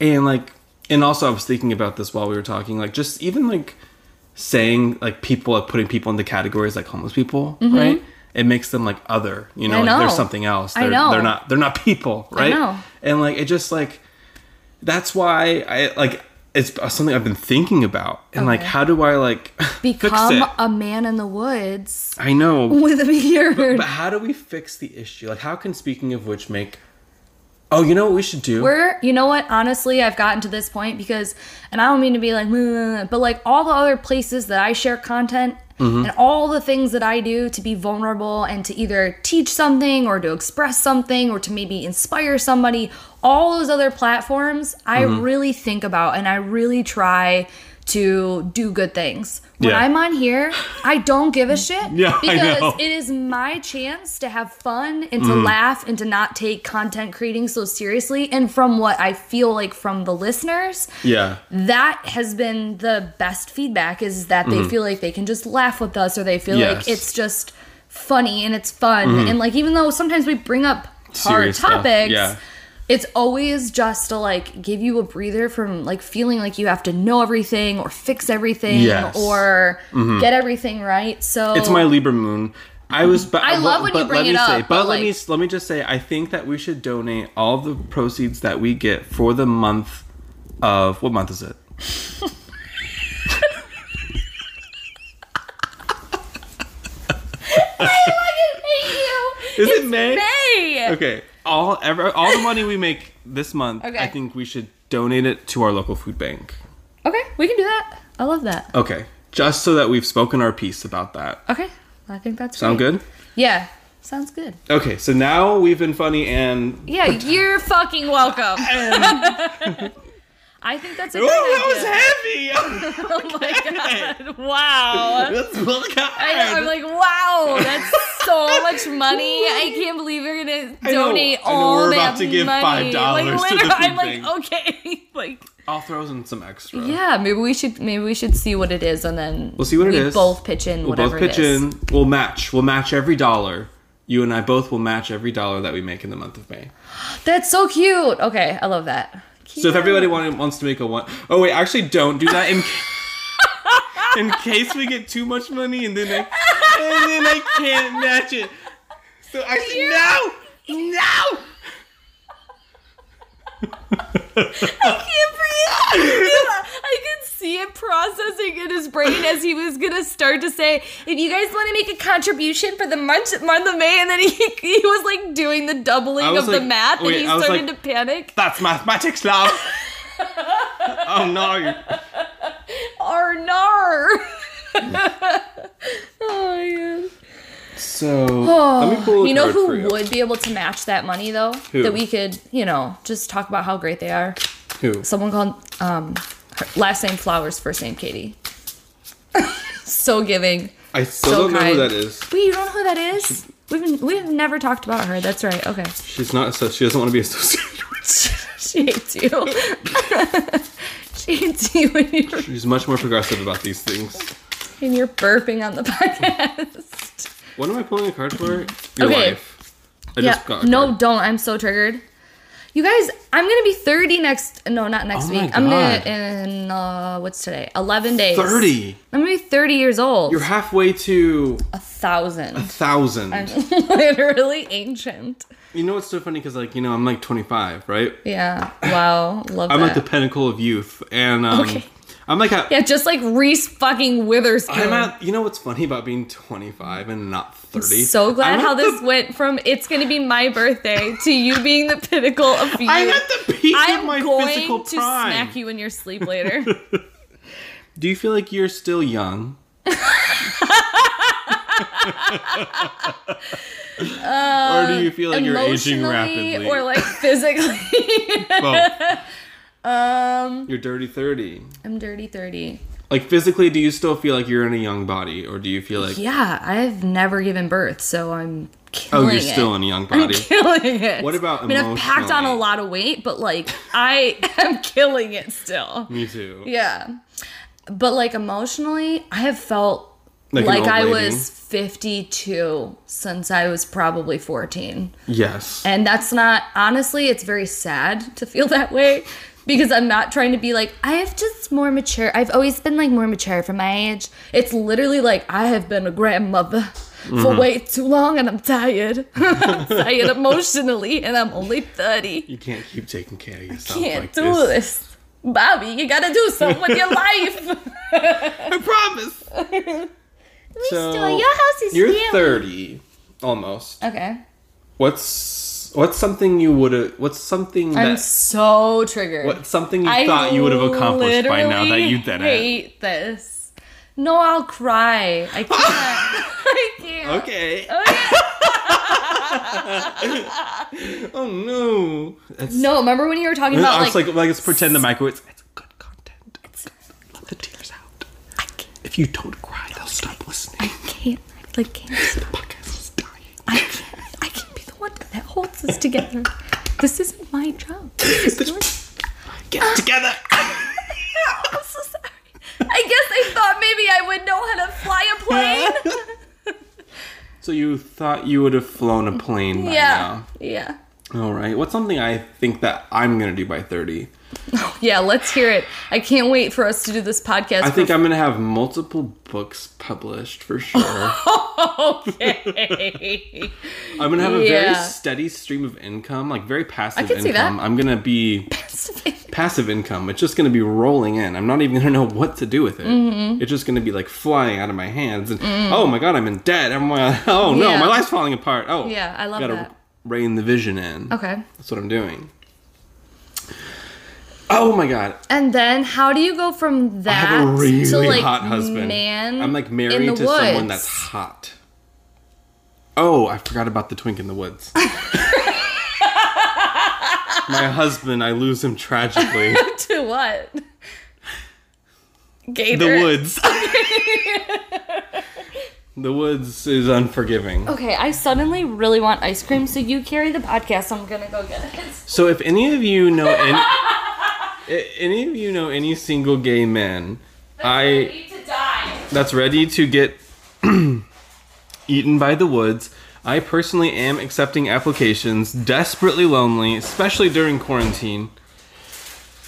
A: and like and also i was thinking about this while we were talking like just even like saying like people like putting people into categories like homeless people right it makes them like other you know,
B: Mm-hmm. I
A: like
B: know.
A: they're something else
B: I
A: they're,
B: know.
A: they're not they're not people right
B: know.
A: and like it just like that's why i like it's something i've been thinking about and like
B: Okay.
A: how do i like fix
B: Become
A: it?
B: a man in the woods
A: i know
B: with a beard.
A: but how do we fix the issue like how can speaking of which make oh you know what we should do
B: We're, you know what? Honestly, I've gotten to this point because, and I don't mean to be like, "Meh," but like all the other places that I share content and all the things that I do to be vulnerable and to either teach something or to express something or to maybe inspire somebody, all those other platforms I really think about and I really try to do good things. When
A: Yeah.
B: I'm on here, I don't give a shit
A: Yeah, I
B: because
A: know. Mm.
B: it is my chance to have fun and to laugh and to not take content creating so seriously. And from what I feel like from the listeners,
A: yeah
B: that has been the best feedback is that they feel like they can just laugh with us or they feel
A: Mm-hmm. Yes. Mm-hmm.
B: like it's just funny and it's fun. And like, even though sometimes we bring up hard
A: Serious stuff,
B: topics.
A: yeah.
B: It's always just to like give you a breather from like feeling like you have to know everything or fix everything
A: Yes. Mm-hmm.
B: or get everything right. So
A: It's my Libra moon. I was, but
B: I love when you bring
A: let
B: it
A: me Say, but
B: up, but,
A: let me
B: like-
A: let me just say, I think that we should donate all the proceeds that we get for the month of what month is it? Is it
B: It's
A: May?
B: May.
A: Okay. All ever all the money we make this month,
B: Okay.
A: I think we should donate it to our local food bank.
B: Okay, we can do that. I love that.
A: Okay. Just so that we've spoken our piece about that.
B: Okay, I think that's
A: Sound
B: great.
A: good?
B: Yeah, sounds good.
A: Okay, so now we've been funny and
B: Yeah, you're fucking welcome.
A: and
B: I think that's a
A: Ooh,
B: great idea.
A: that was heavy.
B: Oh my god! Wow.
A: That's well God.
B: I know, I'm like, wow, that's so much money. I can't believe you're gonna
A: I know,
B: donate
A: I know,
B: all
A: we're
B: that
A: about to give $5 to
B: money.
A: the
B: like, literally,
A: food
B: I'm
A: bank.
B: like, okay, like,
A: I'll throw in some extra.
B: yeah, maybe we should, maybe we should see what it is, and then
A: Uh. We'll see what it
B: we
A: is.
B: Both pitch in
A: We'll
B: whatever
A: both pitch
B: it is.
A: in. We'll match. We'll match every dollar. You and I both will match every dollar that we make in the month of May.
B: That's so cute. Okay, I love that.
A: So if everybody wanted, wants to make a one oh wait, actually don't do that in in case we get too much money and then I, and then I can't match it. So I said no, no.
B: I can't breathe. I can see it processing in his brain as he was gonna start to say, "If you guys want to make a contribution for the month, month of May," and then he, he was like doing the doubling
A: I
B: of
A: was
B: the
A: like-
B: math,
A: wait,
B: and he
A: I was
B: started
A: like-
B: to panic.
A: That's mathematics, love. oh no.
B: Arnar. oh yeah.
A: So
B: Oh,
A: let me pull. A
B: you know
A: card for
B: who
A: you.
B: would be able to match that money though?
A: Who?
B: That we could, you know, just talk about how great they are.
A: Who?
B: Someone called um, her last name Flowers, first name Katie. so giving.
A: I still
B: so
A: don't know who
B: kind.
A: that is.
B: Wait, you don't know who that is? We've been, we've never talked about her. That's right. Okay,
A: She's not. So she doesn't want to be associated. with
B: she hates you. she hates you when you're
A: She's much more progressive about these things.
B: when you're burping on the podcast.
A: What am I pulling a card for? Your
B: Okay.
A: wife. I
B: yeah.
A: just got a
B: No,
A: card.
B: don't. I'm so triggered. You guys, I'm gonna be 30 next. No, not next
A: Oh my
B: week. I'm
A: God.
B: gonna in uh, what's today? 11 days.
A: 30.
B: I'm gonna be 30 years old.
A: You're halfway to
B: a thousand.
A: thousand.
B: Literally ancient.
A: You know what's so funny? Because like you know, I'm like 25, right?
B: Yeah. Wow. Love
A: I'm
B: that.
A: at the pinnacle of youth, and um,
B: Okay.
A: I'm like a,
B: Yeah, just like Reese fucking Witherspoon.
A: I'm at. You know what's funny about being 25 and not 30?
B: so glad
A: I'm
B: how
A: at the-
B: this went from it's gonna be my birthday to you being the pinnacle of you.
A: I'm at the peak
B: I'm
A: of my
B: going
A: physical
B: to
A: prime.
B: smack you in your sleep later.
A: Do you feel like you're still young? or do you feel like you're aging
B: Emotionally
A: rapidly?
B: or like physically.
A: Both.
B: um,
A: You're dirty 30.
B: I'm dirty thirty.
A: Like physically, do you still feel like you're in a young body, or do you feel like
B: Yeah, I've never given birth, so I'm
A: oh,
B: killing
A: you're
B: it.
A: still in a young
B: I'm
A: body?
B: killing it.
A: What about
B: I mean, I've packed on a
A: emotionally?
B: lot of weight, but like I am killing it still.
A: Me too.
B: Yeah. But like emotionally, I have felt
A: Like
B: like,
A: an old
B: I
A: lady.
B: was 52 since I was probably 14.
A: Yes.
B: And that's not, honestly, it's very sad to feel that way because I'm not trying to be like, I have just more mature. I've always been like more mature for my age. It's literally like, I have been a grandmother. For
A: Mm-hmm.
B: way too long, and I'm tired. I'm tired emotionally, and I'm only 30
A: you can't keep taking care of yourself.
B: can't
A: like
B: do this. Bobby, you gotta do something with your life.
A: I promise. so
B: your house is
A: you're
B: huge.
A: 30 almost.
B: Okay.
A: What's what's something you would have? What's something
B: I'm
A: that
B: so triggered.
A: what's something you
B: I
A: thought you would have accomplished by now that you didn't?
B: literally hate this. No, I'll cry. I can't. I can't.
A: Okay.
B: Okay.
A: Oh no. That's,
B: No, remember when you were talking
A: I
B: about
A: was
B: like,
A: like, like, let's pretend the microwave's. It's good content. It's let the tears out. If you don't cry, they'll stop listening.
B: can't, I, like can't,
A: The podcast is dying.
B: I can't, I can't be the one that holds this together. This isn't my job. This is yours.
A: Get
B: Ah.
A: it together.
B: I'm so sorry. I guess I thought maybe I would know how to fly a plane.
A: So you thought you would have flown a plane by
B: Yeah. Yeah.
A: now. All right. What's something I think that I'm gonna do by 30?
B: Yeah, let's hear it. I can't wait for us to do this podcast.
A: I think I'm gonna have multiple books published for sure.
B: okay.
A: I'm gonna have a very
B: Yeah.
A: steady stream of income, like very passive
B: can see that.
A: income. I'm gonna be
B: Passive income.
A: passive income. It's just going to be rolling in. I'm not even going to know what to do with it.
B: Mm-hmm.
A: It's just going to be like flying out of my hands. And oh my god, I'm in debt. I'm uh, oh no,
B: Mm. Yeah.
A: my life's falling apart. Oh
B: Yeah, I love
A: gotta
B: that.
A: Rein the vision in.
B: Okay.
A: That's what I'm doing. Oh my god,
B: And then how do you go from that
A: I have a really
B: to like
A: hot husband.
B: man?
A: I'm like
B: in
A: married
B: the
A: to someone
B: woods?
A: that's hot. Oh, I forgot about the twink in the woods. My husband, I lose him tragically.
B: to what?
A: the
B: Gator.
A: woods. the woods is unforgiving.
B: Okay, I suddenly really want ice cream, so you carry the podcast. I'm gonna go get it.
A: So if any of you know any, i- any of you know any single gay men, I
B: need to die.
A: that's ready to get eaten by the woods. I personally am accepting applications, desperately lonely, especially during quarantine.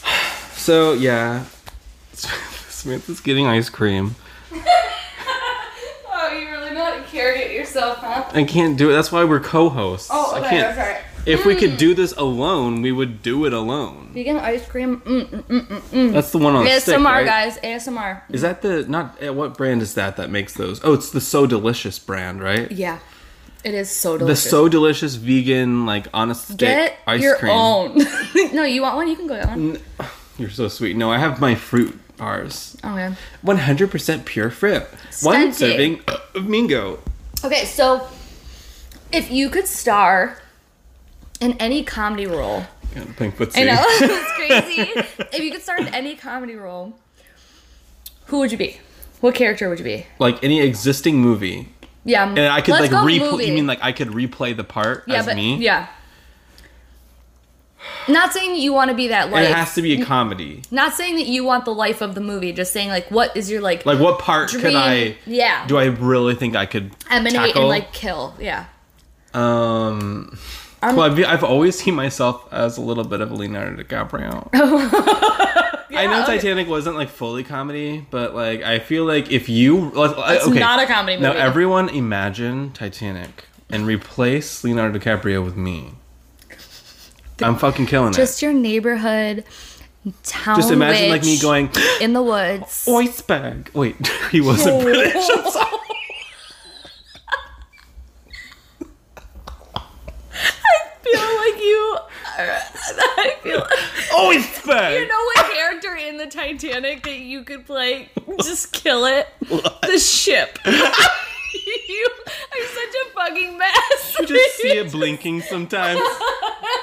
A: So, yeah. Samantha's getting ice cream.
B: Oh, you really know how to carry it yourself, huh?
A: I can't do it. That's why we're co hosts.
B: Oh,
A: I
B: okay,
A: can't.
B: okay.
A: If we could do this alone, we would do it alone.
B: Vegan ice cream. Mm, mm, mm, mm, mm.
A: That's the one on the
B: ASMR,
A: stick, right?
B: guys. ASMR.
A: Is that the not eh, what brand is that that makes those? Oh, it's the So Delicious brand, right?
B: Yeah, it is so
A: The
B: delicious.
A: so delicious vegan, like on a stick
B: Get
A: ice
B: your
A: cream. Mm.
B: own. no, you want one? You can go get one.
A: You're so sweet. No, I have my fruit bars.
B: Oh yeah.
A: 100% pure fruit. One
B: Stunty.
A: serving of mango.
B: Okay, so if you could star in any comedy role,
A: Gotta think what's
B: I know
A: in-
B: it's crazy. if you could star in any comedy role, who would you be? What character would you be?
A: Like any existing movie.
B: Yeah,
A: And I could like
B: let's go
A: replay.
B: movie.
A: You mean like I could replay the part
B: yeah,
A: as
B: but,
A: me?
B: Yeah. Not saying you want to be that
A: And
B: life.
A: it has to be a comedy.
B: not saying that you want the life of the movie. Just saying like, what is your like,
A: Like what part could
B: Dream-
A: I.
B: yeah.
A: Do I really think I could.
B: emanate
A: tackle?
B: and like kill? Yeah.
A: Um.
B: I'm-
A: well, I've, I've always seen myself as a little bit of a Leonardo DiCaprio. I know
B: Yeah, okay.
A: Titanic wasn't like fully comedy, but like I feel like if you like, it's okay.
B: not a comedy
A: Now
B: movie.
A: everyone imagine Titanic and replace Leonardo DiCaprio with me. I'm fucking killing
B: Just your neighborhood town.
A: it. Just imagine like me
B: witch
A: going
B: in the woods.
A: iceberg. Wait, he wasn't British. I'm sorry.
B: feel like you. I feel.
A: Iceberg.
B: You know what character in the Titanic that you could play? Just kill it. The ship. you are such a fucking mess.
A: you just see it blinking sometimes.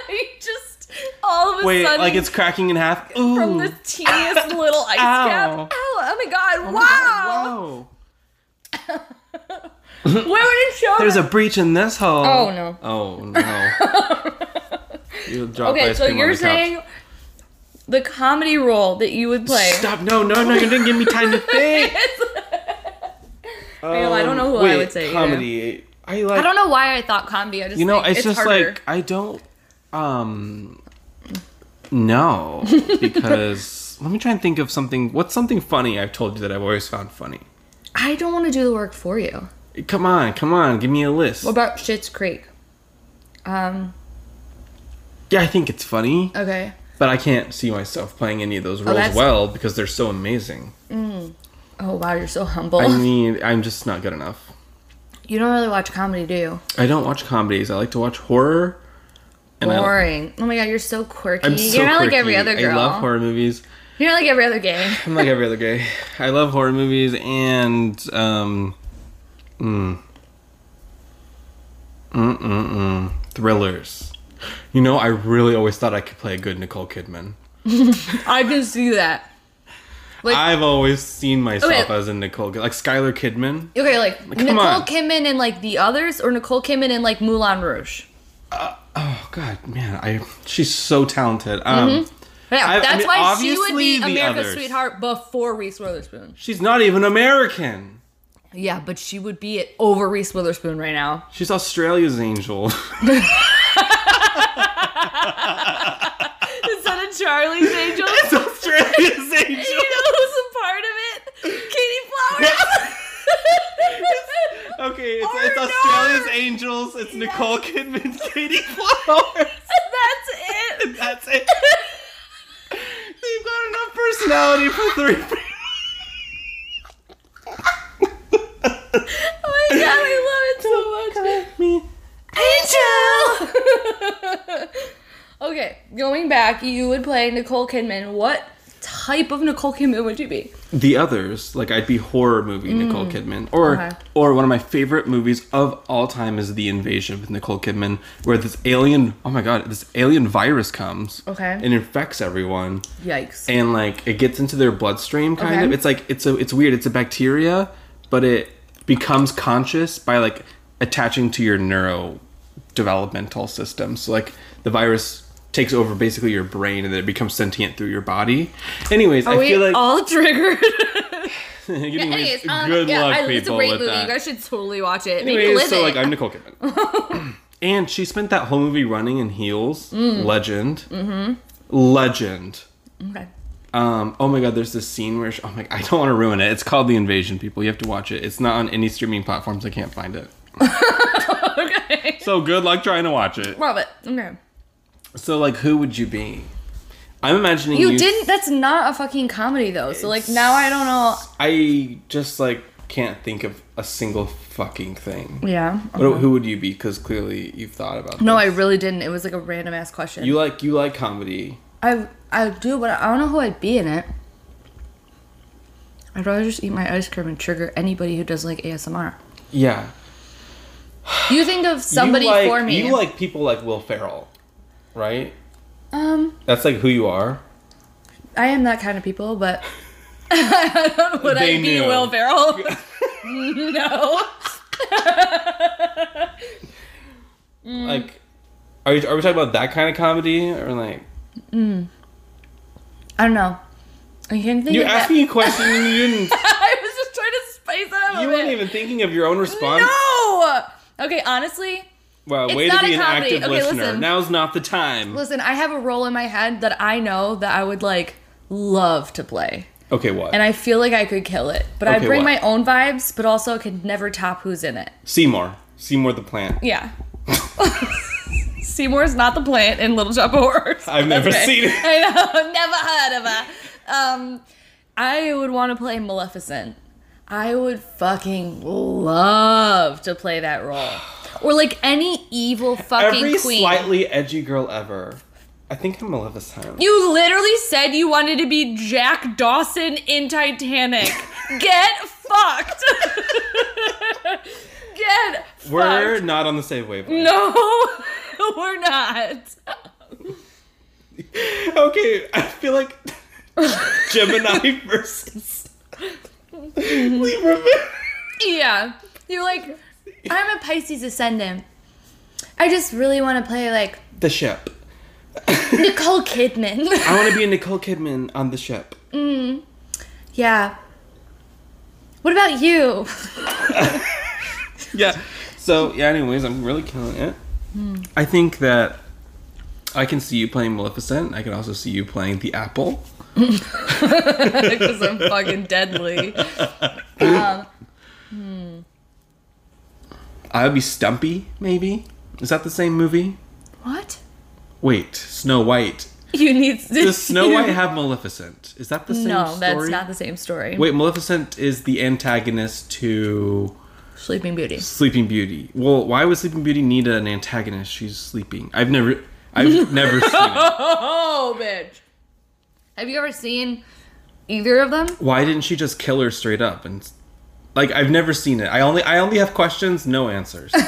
B: You just all of a
A: Wait,
B: sudden
A: like it's cracking in half. Ooh.
B: from the teeniest little ice cap.
A: Ow.
B: Ow! Oh my god! wow!
A: Wow.
B: Where would it show?
A: There's a breach in this hole.
B: Oh, no.
A: Oh no. You'll drop
B: okay,
A: ice
B: so
A: cream on
B: you're
A: the couch.
B: saying the comedy role that you would play.
A: Stop! No, no, no! You didn't give me time to think. Um,
B: know, I don't know who I
A: wait,
B: would say either.
A: comedy. I like.
B: I don't know why I thought comedy. I just
A: you know,
B: think
A: it's, just
B: harder.
A: like I don't. Um. No, because let me try and think of something. What's something funny I've told you that I've always found funny?
B: I don't want to do the work for you.
A: Come on, come on, give me a list.
B: What about Shit's Creek? Um.
A: yeah, I think it's funny,
B: Okay.
A: but I can't see myself playing any of those roles
B: Oh, that's-
A: well because they're so amazing.
B: Oh wow, you're so humble.
A: I mean, I'm just not good enough.
B: you don't really watch comedy, do you?
A: I don't watch comedies. I like to watch horror. And I,
B: Boring. oh my god, you're so quirky.
A: I'm so
B: you're not like
A: quirky.
B: every other girl.
A: I love horror movies.
B: You're not like every other gay.
A: I'm like every other gay. I love horror movies and um, mm, mm, mm, mm, thrillers. You know, I really always thought I could play a good Nicole Kidman.
B: I can see that. Like-
A: I've always seen myself
B: Okay.
A: as a Nicole, like Skylar Kidman.
B: Okay, like
A: come
B: Nicole
A: on.
B: Kidman and like the others, or Nicole Kidman and like Moulin Rouge.
A: Oh God, man, I she's so talented. Um,
B: Yeah,
A: I- I
B: that's
A: mean,
B: why she would
A: obviously
B: be
A: the
B: America's
A: others.
B: sweetheart before Reese Witherspoon.
A: she's not even American.
B: Yeah, but she would be it over Reese Witherspoon right now.
A: She's Australia's angel.
B: Instead of Charlie's Angels,
A: it's Australia's
B: you
A: angel.
B: know who's a part of it? Katie Flowers.
A: Okay, it's,
B: Or
A: it's
B: no.
A: Australia's Angels. It's Nicole Kidman, Katie Flowers.
B: that's it.
A: That's it. personality for three. people.
B: Oh my god,
A: Oh
B: I love it so much.
A: Me.
B: Angel. okay, going back, you would play Nicole Kidman. What type of Nicole Kidman would you be?
A: The others, like I'd be horror movie
B: Mm.
A: Nicole Kidman, or
B: Okay.
A: or one of my favorite movies of all time is The Invasion with Nicole Kidman, where this alien, oh my god, this alien virus comes,
B: Okay.
A: and infects everyone,
B: Yikes.
A: and like it gets into their bloodstream kind
B: Okay.
A: of it's like it's a it's weird it's a bacteria but it becomes conscious by like attaching to your neurodevelopmental system so like the virus takes over basically your brain and then it becomes sentient through your body anyways i
B: Are we
A: feel like
B: all triggered?
A: Anyways,
B: Anyways, um,
A: good
B: yeah,
A: luck
B: I,
A: people
B: it's a great
A: with
B: movie.
A: that
B: You guys should totally watch it. Maybe
A: Anyways,
B: live
A: so
B: it.
A: like I'm Nicole Kidman, and she spent that whole movie running in heels.
B: Mm.
A: Legend, mm-hmm. legend.
B: okay.
A: Um, oh my god, there's this scene where she, oh my, I don't want to ruin it. It's called The Invasion. People, you have to watch it. It's not on any streaming platforms. I can't find it.
B: Okay.
A: So good luck trying to watch it.
B: Love it. Okay.
A: So like, who would you be? I'm imagining
B: You didn't. That's not a fucking comedy though. So like now I don't know.
A: I just like can't think of a single fucking thing.
B: Yeah.
A: What, who would you be? Because clearly you've thought about.
B: No, I
A: this.
B: really didn't. It was like a random ass question.
A: You like you like comedy.
B: I I do, but I don't know who I'd be in it. I'd rather just eat my ice cream and trigger anybody who doesn't like ASMR.
A: Yeah.
B: You think of
A: You
B: somebody
A: like-
B: for me.
A: You like people like Will Ferrell, right?
B: um,
A: That's like who you are.
B: I am that kind of people, but I don't know would
A: They
B: I be
A: knew.
B: Will Ferrell? no. Mm-hmm.
A: Like, are you, are we talking about that kind of comedy or like?
B: I don't know. I can't think
A: You
B: of
A: asked
B: that.
A: me a question and you didn't.
B: I was just trying to space it out. a
A: You
B: bit.
A: weren't even thinking of your own response.
B: No. Okay, honestly,
A: Wow,
B: It's
A: way to
B: not
A: be
B: a
A: an
B: comedy.
A: active
B: Okay,
A: listener.
B: listen.
A: Now's not the time.
B: listen, I have a role in my head that I know that I would like love to play.
A: okay, what?
B: and I feel like I could kill it. But I
A: Okay,
B: bring
A: what?
B: my own vibes, but also I could never top who's in it.
A: Seymour. Seymour the plant.
B: Yeah. Seymour's not the plant in Little Shop of Horrors.
A: I've never seen it.
B: I know. I've never heard of her. Um, I would want to play Maleficent. I would fucking love to play that role, or like any evil fucking
A: Every
B: queen.
A: slightly edgy girl ever. I think I'm Maleficent.
B: You literally said you wanted to be Jack Dawson in Titanic. Get fucked. Get
A: We're
B: fucked.
A: not on the same wavelength.
B: No, we're not.
A: Okay, I feel like Gemini versus Libra.
B: Yeah. You're like, I'm a Pisces ascendant. I just really want to play like
A: The ship.
B: Nicole Kidman.
A: I want to be a Nicole Kidman on the ship.
B: yeah. What about you?
A: yeah. So yeah. Anyways, I'm really killing it.
B: Hmm.
A: I think that I can see you playing Maleficent. I can also see you playing the Apple.
B: Because I'm fucking deadly. Um, hmm.
A: I would be Stumpy. Maybe is that the same movie?
B: what?
A: Wait, Snow White.
B: You need to.
A: Does Snow White have Maleficent? Is that the same
B: No,
A: story?
B: that's not the same story.
A: Wait, Maleficent is the antagonist to
B: Sleeping Beauty.
A: Sleeping Beauty. Well, why would Sleeping Beauty need an antagonist? She's sleeping. I've never, I've never seen it.
B: Oh, bitch. Have you ever seen either of them?
A: why didn't she just kill her straight up and like I've never seen it. I only I only have questions, no answers.
B: Do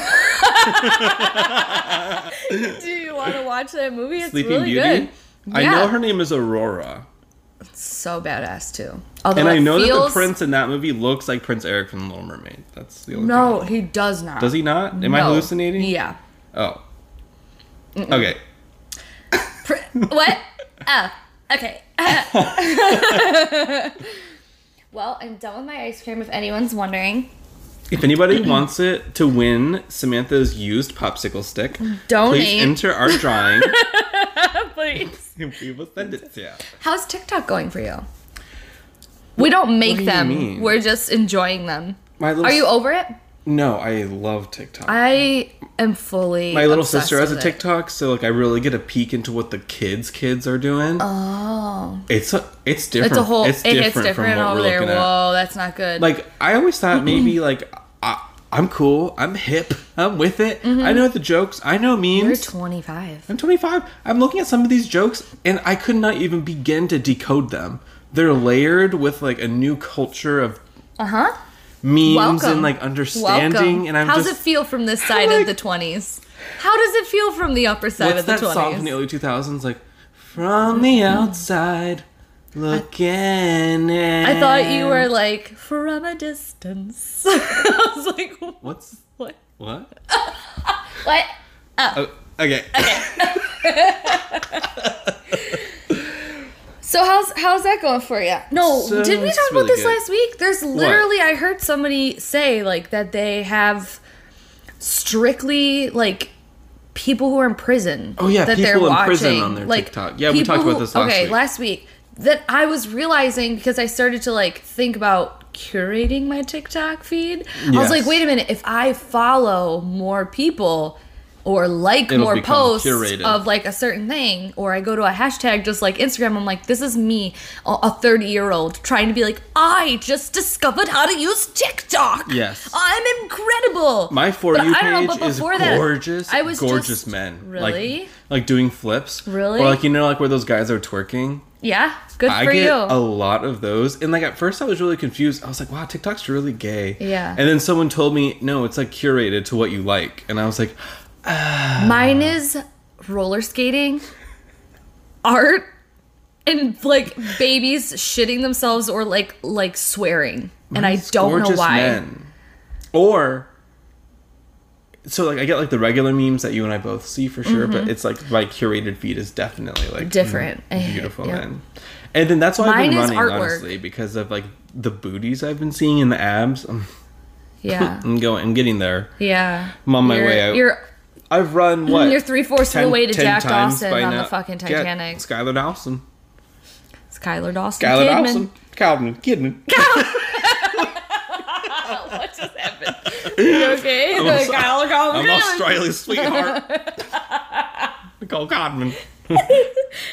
B: you want to watch that movie? It's
A: Sleeping
B: really
A: Beauty.
B: good.
A: I
B: Yeah.
A: know her name is Aurora,
B: So badass too. Although
A: and I
B: it
A: know that
B: feels-
A: the prince in that movie looks like Prince Eric from The Little Mermaid. That's the only thing.
B: No, he does not.
A: Does he not? Am I
B: No.
A: hallucinating?
B: Yeah.
A: Oh. Okay.
B: Pr- what? Oh, okay. well, I'm done with my ice cream. If anyone's wondering,
A: If anybody wants it to win Samantha's used popsicle stick,
B: Donate.
A: please enter our drawing.
B: Oh, please.
A: and we will send it to you.
B: How's TikTok going for you? We don't make
A: do you
B: them.
A: mean?
B: We're just enjoying them.
A: My little
B: Are you over it?
A: No, I love TikTok.
B: I am fully.
A: My little
B: obsessed
A: sister has a
B: with it.
A: TikTok, so like I really get a peek into what the kids kids are doing.
B: Oh,
A: it's a, it's different.
B: it's a whole. It's different,
A: from what
B: over
A: we're
B: there.
A: looking at.
B: Whoa, that's not good.
A: Like I always thought, maybe like I, I'm cool, I'm hip, I'm with it. I know the jokes, I know
B: Mm-hmm. you're
A: memes.
B: 25.
A: I'm 25. I'm looking at some of these jokes, and I could not even begin to decode them. They're layered with like a new culture of
B: Uh huh.
A: memes
B: Welcome.
A: and like understanding.
B: Welcome.
A: And I'm
B: How's
A: just
B: it feel from this side
A: like-
B: of the 20s? How does it feel from the upper side
A: What's
B: of the Mm-hmm.
A: that
B: 20s?
A: song from the early 2000s? Like, from the outside, looking in.
B: I thought you were like from a distance. I was like, what?
A: What's.
B: What?
A: What?
B: What?
A: Oh, okay.
B: So how's how's that going for you? No,
A: So
B: did we
A: it's
B: talk about
A: really
B: this
A: good.
B: last week? There's literally I heard somebody say like that they have strictly like people who are in prison.
A: Oh, yeah,
B: that
A: people in prison on their TikTok. Yeah, we
B: people
A: talked about this last
B: okay,
A: week.
B: last week that I was realizing because I started to like think about curating my TikTok feed. I was
A: Yes.
B: like, wait a minute, if I follow more people or like
A: It'll
B: more
A: become
B: posts
A: curated.
B: of like a certain thing, or I go to a hashtag just like Instagram, I'm like, this is me, a 30 year old, trying to be like, I just discovered how to use TikTok.
A: Yes.
B: I'm incredible.
A: My For
B: But
A: You
B: I don't know,
A: page
B: but
A: is
B: before that,
A: gorgeous,
B: I was
A: gorgeous
B: just-
A: men.
B: Really?
A: Like, like doing flips.
B: Really?
A: Or like, you know, like where those guys are twerking?
B: yeah, good
A: I
B: for
A: get
B: you.
A: a lot of those. And like at first I was really confused. I was like, wow, TikTok's really gay.
B: Yeah.
A: And then someone told me, no, it's like curated to what you like. And I was like,
B: Mine is roller skating, art, and like babies shitting themselves or like like swearing. and I
A: It's
B: don't know
A: gorgeous
B: why.
A: men. Or so like I get like the regular memes that you and I both see for sure,
B: Mm-hmm.
A: but it's like my curated feed is definitely like
B: Different. I hate-
A: Mm-hmm. beautiful
B: yep.
A: men. And then that's why I've been
B: Mine is
A: running
B: artwork.
A: honestly because of like the booties I've been seeing and the abs. I'm,
B: Yeah.
A: I'm going. I'm getting there.
B: Yeah.
A: I'm on my
B: You're-
A: way out.
B: You're
A: I've run what
B: Mm-hmm, You're three-fourths of the way to Jack
A: times
B: Dawson
A: by
B: on the fucking Titanic.
A: Yeah, Skylar Dawson.
B: it's Kyler Dawson.
A: Skylar
B: Kidman.
A: Dawson. Calvin Kidman.
B: What just happened? You okay?
A: aus-
B: Kyler
A: I'm
B: Dawson.
A: Australia's sweetheart. Nicole Godman.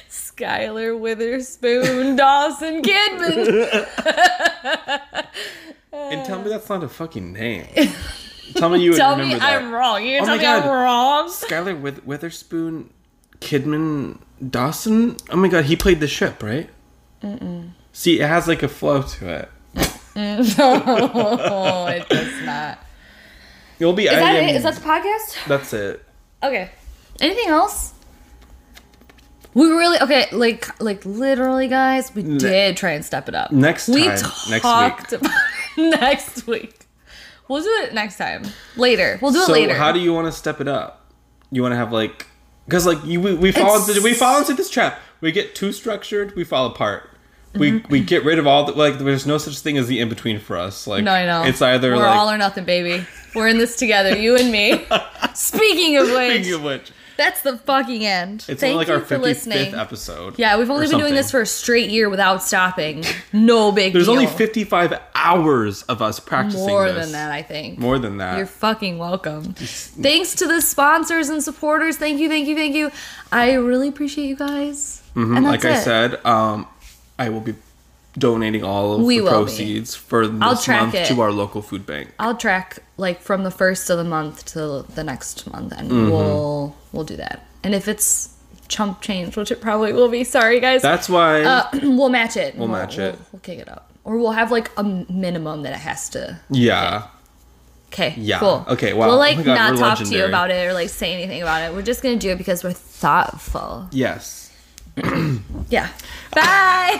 B: Skylar Witherspoon Dawson Kidman.
A: And tell me that's not a fucking name. tell me you would
B: Tell me
A: remember that.
B: I'm wrong.
A: Oh
B: You tell
A: my
B: me I'm
A: God.
B: wrong.
A: Skylar with Witherspoon, Kidman, Dawson. Oh my god, he played the ship, right? Mm-mm. See, it has like a flow to it.
B: Oh, it does not.
A: You'll be.
B: Is
A: I
B: that
A: am-
B: it? Is that the podcast?
A: that's it.
B: Okay. Anything else? We really okay, like like literally, guys. We did try and step it up.
A: Next
B: we
A: time. Next week.
B: talked about next week. We'll do it next time. Later. We'll do it
A: So
B: later.
A: how do you want to step it up? You want to have like, because like you we, we fall
B: It's-
A: into we fall into this trap. We get too structured, we fall apart. We
B: Mm-hmm.
A: we get rid of all the like. There's no such thing as the in between for us. Like
B: no, I know.
A: it's either
B: we're
A: like
B: all or nothing, baby. We're in this together, you and me. Speaking of which,
A: speaking of which,
B: that's the fucking end.
A: it's
B: Thank
A: only like
B: you
A: our
B: for listening.
A: 55th episode.
B: Yeah, we've only
A: or
B: been doing
A: something.
B: this for a straight year without stopping. No big
A: There's
B: deal.
A: only 55 hours of us practicing
B: more
A: this.
B: than that, I think.
A: More than that.
B: You're fucking welcome. Thanks to the sponsors and supporters. Thank you, thank you, thank you. I really appreciate you guys. And
A: Mm,
B: that's
A: Mm-hmm. like I
B: it.
A: said, um, I will be donating all of
B: We
A: the
B: will be.
A: proceeds for this
B: I'll track
A: month
B: it.
A: to our local food bank.
B: I'll track like from the first of the month to the next month, and
A: Mm-hmm.
B: we'll we'll do that. And if it's chump change, which it probably will be, sorry guys,
A: That's why
B: uh, we'll match it. We'll,
A: match it.
B: We'll, we'll kick it up, or we'll have like a minimum that it has to.
A: yeah.
B: Okay.
A: Yeah.
B: Cool.
A: Okay, wow.
B: We'll
A: Oh
B: like
A: my God,
B: not
A: we're
B: talk to you
A: legendary.
B: about it or like say anything about it. We're just gonna do it because we're thoughtful.
A: Yes.
B: Yeah. Bye.